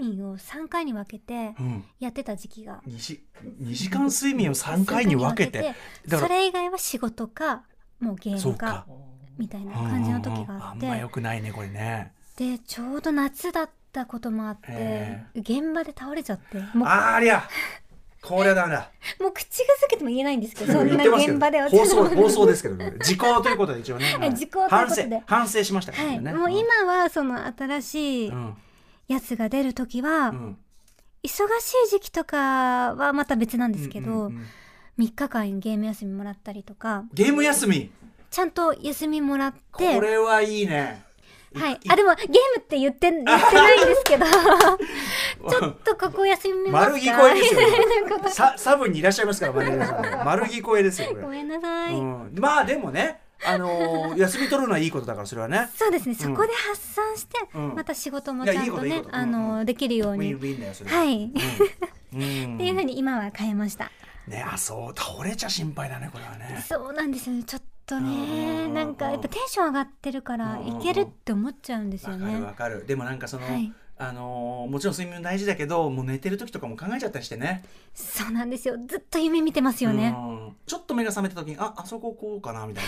Speaker 5: 睡眠を3回に分けて
Speaker 1: い、うん、
Speaker 5: やってた時期が
Speaker 1: 2, 時2時間睡眠を3回に分けてだか
Speaker 5: そ
Speaker 1: ら
Speaker 5: れ以外は仕事かもうゲー
Speaker 1: そう
Speaker 5: ムか
Speaker 1: か
Speaker 5: みたいな感じの
Speaker 1: う
Speaker 5: 時
Speaker 1: んうんうん
Speaker 5: があっ
Speaker 1: あんま
Speaker 5: て
Speaker 1: 良くないねこれね
Speaker 5: でちょうど夏だったこともあって、
Speaker 1: え
Speaker 5: 現場で倒れちゃっても
Speaker 1: あーありゃこれはダメだ
Speaker 5: うもう口が裂けても言えないんですけどそん
Speaker 1: 言っ
Speaker 5: な
Speaker 1: てますけ
Speaker 5: 現
Speaker 1: ど
Speaker 5: 場で
Speaker 1: 放送
Speaker 5: 私も
Speaker 1: 放送ですけどね時効ということで一応ね、 はい
Speaker 5: 時効という
Speaker 1: 反
Speaker 5: こと
Speaker 1: 省
Speaker 5: で
Speaker 1: 反省しましたか
Speaker 5: は
Speaker 1: ら
Speaker 5: い、
Speaker 1: ね、
Speaker 5: もう今はその新しい
Speaker 1: うん
Speaker 5: やつが出る時は、
Speaker 1: うん
Speaker 5: 忙しい時期とかはまた別なんですけど、
Speaker 1: うんうんうん
Speaker 5: 3日間ゲーム休みもらったりとか
Speaker 1: ゲーム休み
Speaker 5: ちゃんと休みもらって
Speaker 1: これはいいね
Speaker 5: はい、あでもゲームって言って言ってないんです けどちょっとここ休みますか
Speaker 1: 丸聞こえですよ
Speaker 5: みたいなこと
Speaker 1: さサブにいらっしゃいますからマネージャーさん丸聞こえですよこれ
Speaker 5: ごめんなさい、
Speaker 1: うん、まあでもね、あのー休み取るのはいいことだからそれはね
Speaker 5: そうですねそこで発散して、
Speaker 1: うん
Speaker 5: また仕事もちゃんと
Speaker 1: いやいいこといい
Speaker 5: ね
Speaker 1: こと
Speaker 5: あ
Speaker 1: うんう
Speaker 5: のできるよ
Speaker 1: ウ
Speaker 5: う
Speaker 1: ィン
Speaker 5: に
Speaker 1: ウィンだよそれ、
Speaker 5: はいい、 っ
Speaker 1: うん
Speaker 5: ていうふうに今は変えました
Speaker 1: ねあそう倒れちゃ心配だねこれはね
Speaker 5: そうなんですよねちょっと
Speaker 1: うんうんう
Speaker 5: ね
Speaker 1: ん
Speaker 5: なんかやっぱテンション上がってるから
Speaker 1: うんうんうん
Speaker 5: いけるって思っちゃうんですよ
Speaker 1: わかる
Speaker 5: ね
Speaker 1: わかるでもなんかその、
Speaker 5: はい
Speaker 1: あのーもちろん睡眠大事だけどもう寝てる時とかも考えちゃったりしてね
Speaker 5: そうなんですよずっと夢見てますよね
Speaker 1: うんちょっと目が覚めた時にああそここうかなみたい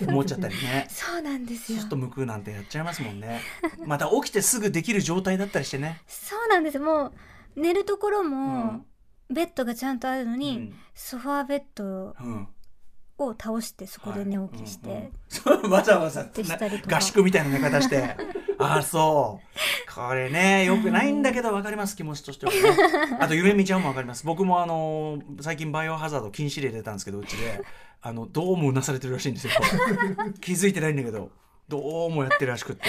Speaker 1: なね思っちゃったりね
Speaker 5: そうなんです
Speaker 1: ち
Speaker 5: よ
Speaker 1: ょっと無くなんてやっちゃいますもんねまた起きてすぐできる状態だったりしてね
Speaker 5: そうなんですもう寝るところも、ベッドがちゃんとあるの
Speaker 1: う
Speaker 5: に、
Speaker 1: ん、
Speaker 5: ソファーベッド
Speaker 1: うん
Speaker 5: を倒してそこで寝起きして、
Speaker 1: はいうんうんわざわざ
Speaker 5: でしたりとか
Speaker 1: 合宿みたいな寝方して ああそうこれねよくないんだけど分かります気持ちとしては ねあと夢見ちゃんも分かります僕もあのー最近バイオハザード禁止令出たんですけどうちであのどうもうなされてるらしいんですよ 気づいてないんだけどどうもやってるらしくって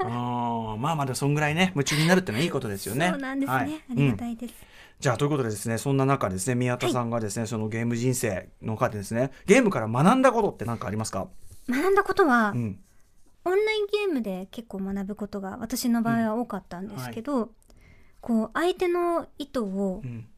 Speaker 1: うんまあまあでもそんぐらいね夢中になるってのはいいことですよね
Speaker 5: そうなんですね、
Speaker 1: はい
Speaker 5: ありが
Speaker 1: うん
Speaker 5: たいです、
Speaker 1: じゃあということでですねそんな中ですね宮田さんがですね、そのゲーム人生の中でですねゲームから学んだことって何かありますか、
Speaker 5: 学んだことは、
Speaker 1: うん
Speaker 5: オンラインゲームで結構学ぶことが私の場合は多かったんですけど、こう相手の意図を
Speaker 1: うん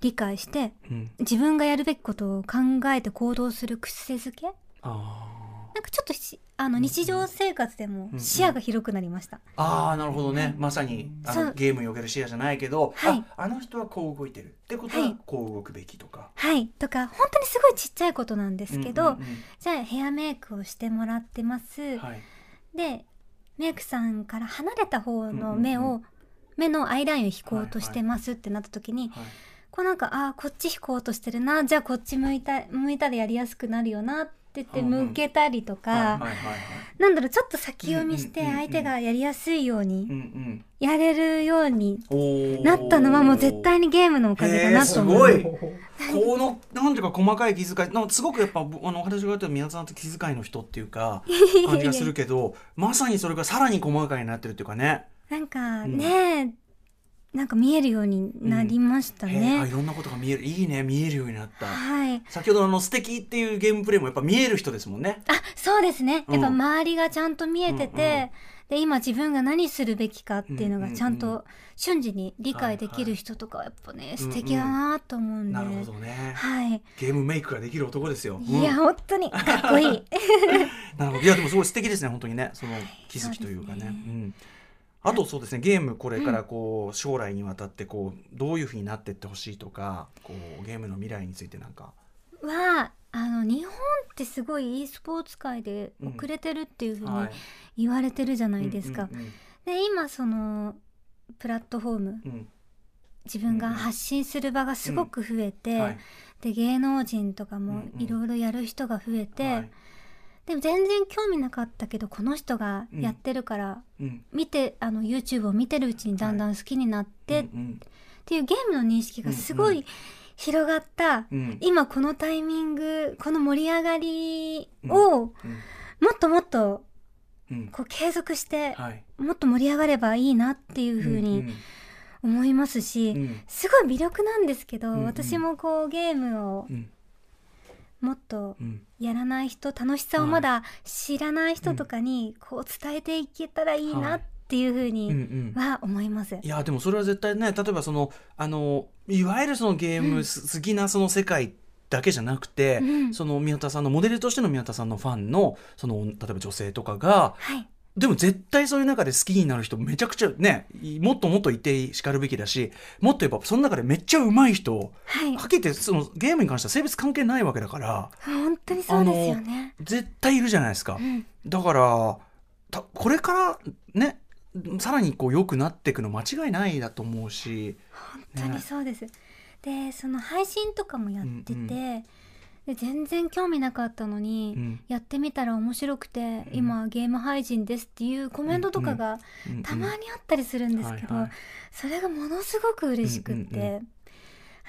Speaker 5: 理解して
Speaker 1: うん、
Speaker 5: 自分がやるべきことを考えて行動する癖づけ
Speaker 1: あ
Speaker 5: なんかちょっとしあの日常生活でも
Speaker 1: うん
Speaker 5: 視野が広くなりました、
Speaker 1: ーあーなるほどねまさにあ
Speaker 5: そ
Speaker 1: の
Speaker 5: う
Speaker 1: ゲームにおける視野じゃないけど、
Speaker 5: はい
Speaker 1: ああの人はこう動いてるってことは
Speaker 5: はい
Speaker 1: こう動くべきとか。
Speaker 5: はいとか本当にすごいちっちゃいことなんですけど、
Speaker 1: うんうん
Speaker 5: じゃあヘアメイクをしてもらってます、
Speaker 1: うんはい、
Speaker 5: でメイクさんから離れた方の目を、
Speaker 1: うんうんう
Speaker 5: 目のアイラインを引こうとしてますってなった時に、
Speaker 1: はい
Speaker 5: こうなんかあーこっち引こうとしてるなじゃあこっち向いた向いたらやりやすくなるよなって言って
Speaker 1: うんうん
Speaker 5: 向けたりとか、
Speaker 1: はいはいはいはい
Speaker 5: なんだろうちょっと先読みし
Speaker 1: うん
Speaker 5: て
Speaker 1: うんうんうん
Speaker 5: 相手がやりやすいよう
Speaker 1: う
Speaker 5: に
Speaker 1: ん
Speaker 5: やれるように
Speaker 1: うん、おー
Speaker 5: なったのはもう絶対にゲームのおかげだ
Speaker 1: へー
Speaker 5: なと
Speaker 1: す
Speaker 5: 思
Speaker 1: ご
Speaker 5: う
Speaker 1: い このなんていうか細かい気遣いなんかすごくやっぱぼあのお話があった宮田さんって気遣いの人っていうか感じがするけどまさにそれがさらに細かいになってるっていうかね
Speaker 5: なんか
Speaker 1: うん
Speaker 5: ね、なんか見えるようになりました
Speaker 1: へーあい
Speaker 5: ね、
Speaker 1: ろんなことが見えるいいね見えるようになった
Speaker 5: はい
Speaker 1: 先ほどのあの「素敵っていうゲームプレイもやっぱ見える人ですもんね
Speaker 5: あそうですね
Speaker 1: うん
Speaker 5: やっぱ周りがちゃんと見えてて、
Speaker 1: うんうん
Speaker 5: で今自分が何するべきかっていうの
Speaker 1: うんうんう
Speaker 5: が
Speaker 1: ん
Speaker 5: ちゃんと瞬時に理解できる人とかはやっぱね、素敵だなと思うんで、
Speaker 1: なるほどね
Speaker 5: はい
Speaker 1: ゲームメイクができる男ですよ。
Speaker 5: いや、
Speaker 1: うん
Speaker 5: 本当にかっこいい
Speaker 1: なるほど。いや、でもすごい素敵ですね、本当にね、その気づきというかね。
Speaker 5: そうですね
Speaker 1: うんあとそうですねゲームこれからこう将来にわたってこうどういうふうになっていってほしいとかこうゲームの未来についてなんか
Speaker 5: はあの日本ってすごい e スポーツ界で遅れてるっていうふうに
Speaker 1: はい
Speaker 5: 言われてるじゃないですか。
Speaker 1: うんうん
Speaker 5: で今そのプラットフォーム
Speaker 1: うん
Speaker 5: 自分が発信する場がすごく増えて、
Speaker 1: うんはい
Speaker 5: で芸能人とかも
Speaker 1: うんうん
Speaker 5: いろいろやる人が増えて、
Speaker 1: はい
Speaker 5: でも全然興味なかったけどこの人がやってるから
Speaker 1: うん
Speaker 5: 見て、あの YouTube を見てるうちにだんだん好きになって、
Speaker 1: うんうん
Speaker 5: っていうゲームの認識がすご
Speaker 1: うんう
Speaker 5: い広がった、
Speaker 1: うん
Speaker 5: 今このタイミングこの盛り上がりを
Speaker 1: う
Speaker 5: も
Speaker 1: ん
Speaker 5: っともっと
Speaker 1: うん
Speaker 5: こう継続して、
Speaker 1: はい
Speaker 5: もっと盛り上がればいいなっていうふうに思いますし、
Speaker 1: うんうん
Speaker 5: すごい魅力なんですけど、
Speaker 1: うんうん
Speaker 5: 私もこうゲームを
Speaker 1: うん
Speaker 5: もっと
Speaker 1: うん
Speaker 5: やらない人楽しさをまだ知らない人とかにこう伝えていけたらいいなっていうふう
Speaker 1: うんう
Speaker 5: に
Speaker 1: ん
Speaker 5: は思います。
Speaker 1: いやでもそれは絶対ね例えばそのあのいわゆるそのゲームす好きなその世界だけじゃなくて、
Speaker 5: うん
Speaker 1: その宮田さんのモデルとしての宮田さんのファンのその例えば女性とかが
Speaker 5: はい
Speaker 1: でも絶対そういう中で好きになる人めちゃくちゃねいもっともっといてしかるべきだしもっと言えばその中でめっちゃうまい人は
Speaker 5: はい
Speaker 1: っきり言ってそのゲームに関しては性別関係ないわけだから
Speaker 5: 本当にそうですよね。
Speaker 1: 絶対いるじゃないですか。
Speaker 5: うん
Speaker 1: だからたこれからねさらにこう良くなっていくの間違いないだと思うし、
Speaker 5: 本当にそうです、でその配信とかもやってて、
Speaker 1: うんうん
Speaker 5: で全然興味なかったのに、
Speaker 1: うん
Speaker 5: やってみたら面白くて、
Speaker 1: ん
Speaker 5: 今ゲーム配信ですっていうコメントとかが
Speaker 1: うんうん
Speaker 5: たまにあったりするんですけど、
Speaker 1: はいはい
Speaker 5: それがものすごく嬉しくって、
Speaker 1: うんうん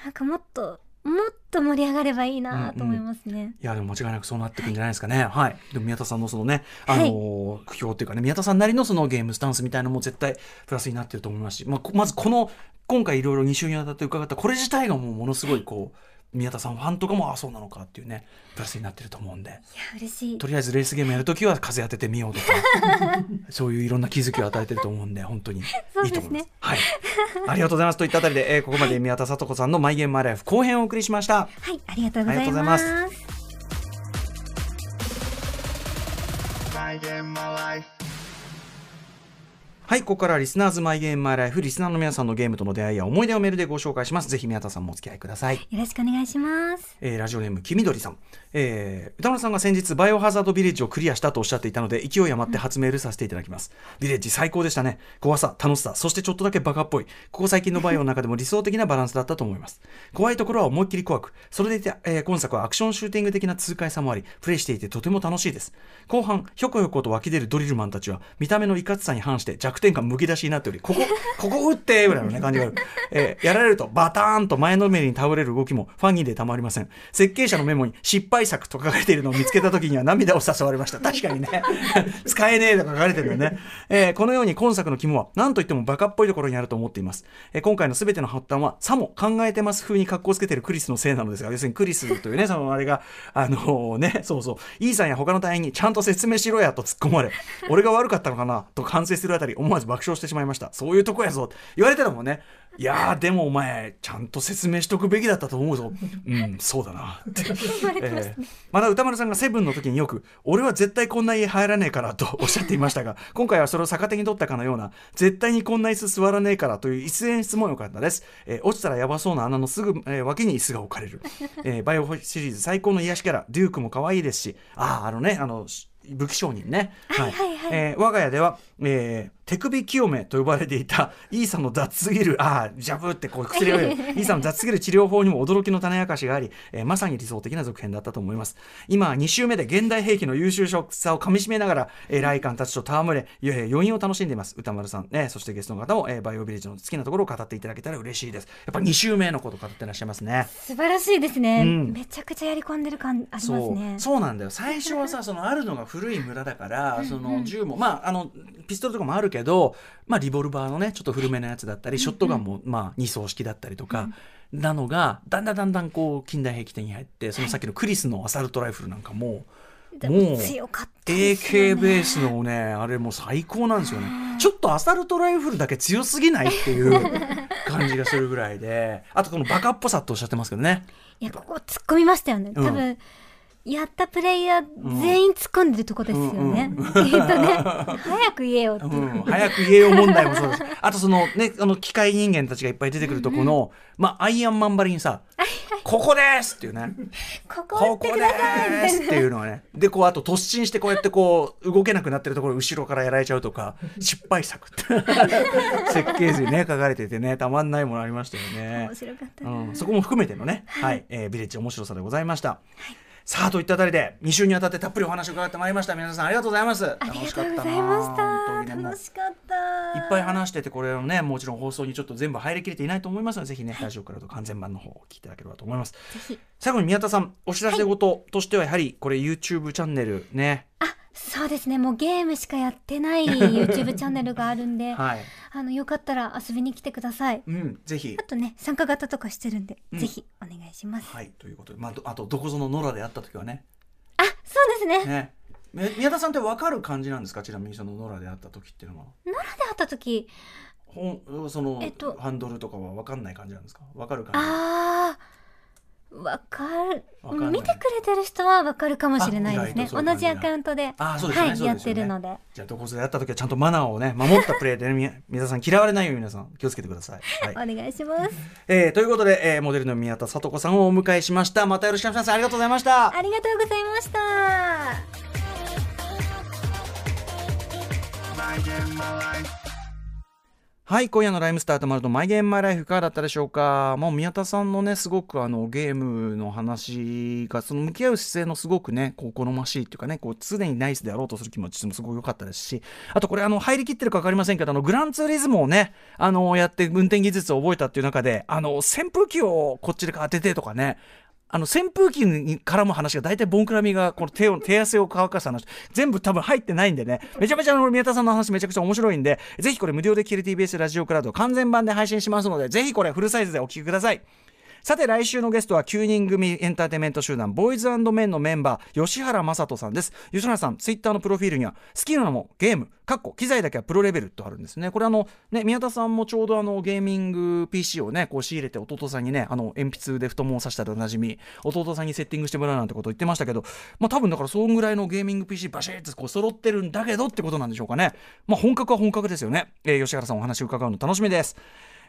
Speaker 5: なんかもっともっと盛り上がればいいなと思いますね。
Speaker 1: いやでも間違いなくそうなっていくんじゃないですかね。はい。でも宮田さんのそのね、あのー苦境っていうかね、宮田さんなりのそのゲームスタンスみたいなのも絶対プラスになってると思いますし、まあこまずこの今回いろいろ2週にわたって伺ったこれ自体がもうものすごいこう宮田さんファンとかもあそうなのかっていうねプラスになってると思うんで。
Speaker 5: いや嬉しい
Speaker 1: とりあえずレースゲームやるときは風当ててみようとか そういういろんな気づきを与えてると思うんで本当にいいと
Speaker 5: そう
Speaker 1: 思い
Speaker 5: ですね
Speaker 1: ますはい、ありがとうございますといったあたりで、えーここまで宮田聡子さんの「マイ・ゲーム・マイ・ライフ」後編をお送りしました
Speaker 5: はいありがとうご
Speaker 1: あ
Speaker 5: ざいま
Speaker 1: りがとう
Speaker 5: す。
Speaker 3: My game, my life.
Speaker 1: はいここからはリスナーズマイゲームマイライフリスナーの皆さんのゲームとの出会いや思い出をメールでご紹介しますぜひ宮田さんもお付き合いください、
Speaker 5: よろしくお願いします。
Speaker 1: えーラジオネーム黄緑さん、えー歌丸さんが先日バイオハザードビレッジをクリアしたとおっしゃっていたので勢い余って初メールさせていただきます、ビレッジ最高でしたね怖さ楽しさそしてちょっとだけバカっぽいここ最近のバイオの中でも理想的なバランスだったと思います怖いところは思いっきり怖くそれでいて、えー今作はアクションシューティング的な痛快さもありプレイしていてとても楽しいです後半ひょこひょこと湧き出るドリルマンたちは見た目のいかつさに反して弱点がむき出しになっておりここ ここ打ってぐらいの、ね、感じがある、えーやられるとバターンと前のめりに倒れる動きもファンにでたまりません設計者のメモに失敗作と書かれているのを見つけた時には涙を誘われました確かにね 使えねえとか書かれてるよね、えーこのように今作の肝は何といってもバカっぽいところにあると思っています、えー今回の全ての発端はさも考えてます風に格好つけてるクリスのせいなのですが要するにクリスというね そのあれがあのねそうそうイーさんや他の隊員にちゃんと説明しろやと突っ込まれ 俺が悪かったのかなと完成するあたり思わず爆笑してしまいましたそういうとこやぞ言われてたもんねいやーでもお前ちゃんと説明しとくべきだったと思うぞうんそうだなって
Speaker 5: 言われてますね。
Speaker 1: えーまた歌丸さんがセブンの時によく俺は絶対こんな家入らねえからとおっしゃっていました が今回はそれを逆手に取ったかのような絶対にこんな椅子座らねえからという一演質も良かったです、えー落ちたらやばそうな穴のすぐ、えー脇に椅子が置かれる、えーバイオシリーズ最高の癒しキャラデュークも可愛いですしあああのねあのし武器商人ね、はい
Speaker 5: はいはい
Speaker 1: えー我が家では、えー手首清めと呼ばれていたイーサの雑すぎるあージャブってこう薬が出るイーサの雑すぎる治療法にも驚きの種明かしがあり、えーまさに理想的な続編だったと思います今2週目で現代兵器の優秀さをかみしめながら、えー、ライカンたちと戯れいやいや余韻を楽しんでいます歌丸さん、ね、そしてゲストの方も、えーバイオビレッジの好きなところを語っていただけたら嬉しいですやっぱ2週目のこと語ってらっしゃいますね
Speaker 5: 素晴らしいですね、
Speaker 1: うん
Speaker 5: めちゃくちゃやり込んでる感あります
Speaker 1: そう
Speaker 5: ね
Speaker 1: そうなんだよ最初は さそのあるのが古い村だからその銃もまああのピストルとかもあるけど、まあ、リボルバーのねちょっと古めのやつだったりショットガンもまあ2層式だったりとか。なのがだんだんだんだんこう近代兵器店に入ってそのさっきのクリスのアサルトライフルなんかも
Speaker 5: で
Speaker 1: もう
Speaker 5: 強かったですよね
Speaker 1: AK ベースのねあれもう最高なんですよねちょっとアサルトライフルだけ強すぎないっていう感じがするぐらいであとこのバカっぽさとおっしゃってますけどね
Speaker 5: いやここ突っ込みましたよね、
Speaker 1: うん
Speaker 5: 多分やったプレイヤー全員突っ込んでるとこですよね、きっとね早く言えよっていう、
Speaker 1: うん、早く言えよ問題もそうです。あとそのね、あの機械人間たちがいっぱい出てくるとこの、まあ、アイアンマンばりにさ、ここですっていうね。
Speaker 5: ここ
Speaker 1: ここですっていうのはね。で、こう、あと突進してこうやってこう、動けなくなってるところ後ろからやられちゃうとか、失敗作って。設計図にね、書かれててね、たまんないものありましたよね
Speaker 5: 面。白かったな、
Speaker 1: うん、そこも含めてのね、はい、えービレッジ面白さでございました。さあといったあたりで2週にわたってたっぷりお話を伺ってまいりました皆さんありがとうございます
Speaker 5: ありがとう
Speaker 1: 楽
Speaker 5: ご
Speaker 1: しか
Speaker 5: ざい
Speaker 1: っ
Speaker 5: ま
Speaker 1: たな本当
Speaker 5: し
Speaker 1: に
Speaker 5: た
Speaker 1: ねもう
Speaker 5: 楽しかった
Speaker 1: いっぱい話しててこれをねもちろん放送にちょっと全部入りきれていないと思いますのでぜひねラジオからと完全版の方をお聞きいただければと思います
Speaker 5: ひ
Speaker 1: 最後に宮田さんお知らせ事としてはやはりこれ YouTube チャンネルね
Speaker 5: そうですねもうゲームしかやっ てない YouTube チャンネルがあるんで、
Speaker 1: はい、
Speaker 5: あのよかったら遊びに来てください
Speaker 1: うん、ぜひ
Speaker 5: あとね参加型とかしてるんで、
Speaker 1: うん
Speaker 5: ぜひお願いします、
Speaker 1: はいということで、まあ、どあとどこぞの野良で会った時はね
Speaker 5: あそうですね
Speaker 1: ねめ宮田さんって分かる感じなんですかちなみにその野良で会った時っていうのは
Speaker 5: で会った時
Speaker 1: ほんその、
Speaker 5: えっと
Speaker 1: ハンドルとかは分かんない感じなんですか分かる感じ
Speaker 5: あーわかる
Speaker 1: わかんない
Speaker 5: 見てくれてる人はわかるかもしれないです
Speaker 1: あ意
Speaker 5: ね
Speaker 1: 外とそういう感
Speaker 5: 同
Speaker 1: じ
Speaker 5: じ
Speaker 1: だ
Speaker 5: アカウントで
Speaker 1: あーそうですよね
Speaker 5: は
Speaker 1: そ
Speaker 5: いうや
Speaker 1: で
Speaker 5: っ
Speaker 1: すよ
Speaker 5: て
Speaker 1: ね
Speaker 5: るので
Speaker 1: じゃあどこぞで会った時はちゃんとマナーをね守ったプレーでねみ宮田さん嫌われないように皆さん気をつけてください、はい
Speaker 5: お願いします
Speaker 1: えーということで、えーモデルの宮田聡子さんをお迎えしましたまたよろしくお願いしますありがとうございました
Speaker 5: ありがとうございました
Speaker 1: はい今夜の「ライムスターとまるとマイゲームマイライフ」いかがだったでしょうかもう宮田さんのねすごくあのゲームの話がその向き合う姿勢のすごくねこう好ましいっていうかねこう常にナイスであろうとする気持ちもすごく良かったですしあとこれあの入りきってるか分かりませんけどあのグランツーリズムをねあのやって運転技術を覚えたっていう中であの扇風機をこっちで当ててとかねあの扇風機に絡む話が大体ボンクラミがこの手を手汗を乾かす話全部多分入ってないんでねめちゃめちゃあの宮田さんの話めちゃくちゃ面白いんでぜひこれ無料で聴ける TBS ラジオクラウド完全版で配信しますのでぜひこれフルサイズでお聴きくださいさて来週のゲストは9人組エンターテインメント集団ボーイズメンのメンバー吉原雅人さんです吉原さんツイッターのプロフィールには好きなのもゲームかっこ機材だけはプロレベルとあるんですねこれあのね宮田さんもちょうどあのゲーミング PC をねこう仕入れて弟さんにねあの鉛筆で太ももを刺したでおなじみ弟さんにセッティングしてもらうなんてことを言ってましたけどまあ多分だからそんぐらいのゲーミング PC バシッとこう揃ってるんだけどってことなんでしょうかねまあ本格は本格ですよね、えー吉原さんお話伺うの楽しみです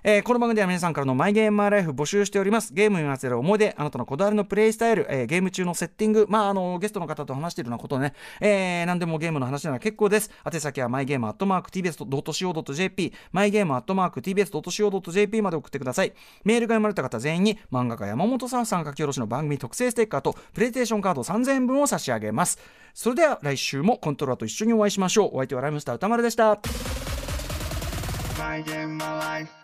Speaker 1: えーこの番組では皆さんからのマイゲームマイライフ募集しております。ゲームにまつわる思い出、あなたのこだわりのプレイスタイル、えーゲーム中のセッティング、まあ、あの、ゲストの方と話しているようなことね、えー何でもゲームの話なら結構です。宛先は mygame.tbs.co.jp、mygame.tbs.co.jp まで送ってください。メールが読まれた方全員に、漫画家山本さんさん書き下ろしの番組特製ステッカーと、プレイステーションカード3000円分を差し上げます。それでは来週もコントローラーと一緒にお会いしましょう。お相手はライムスター歌丸でした。
Speaker 3: my game, my life.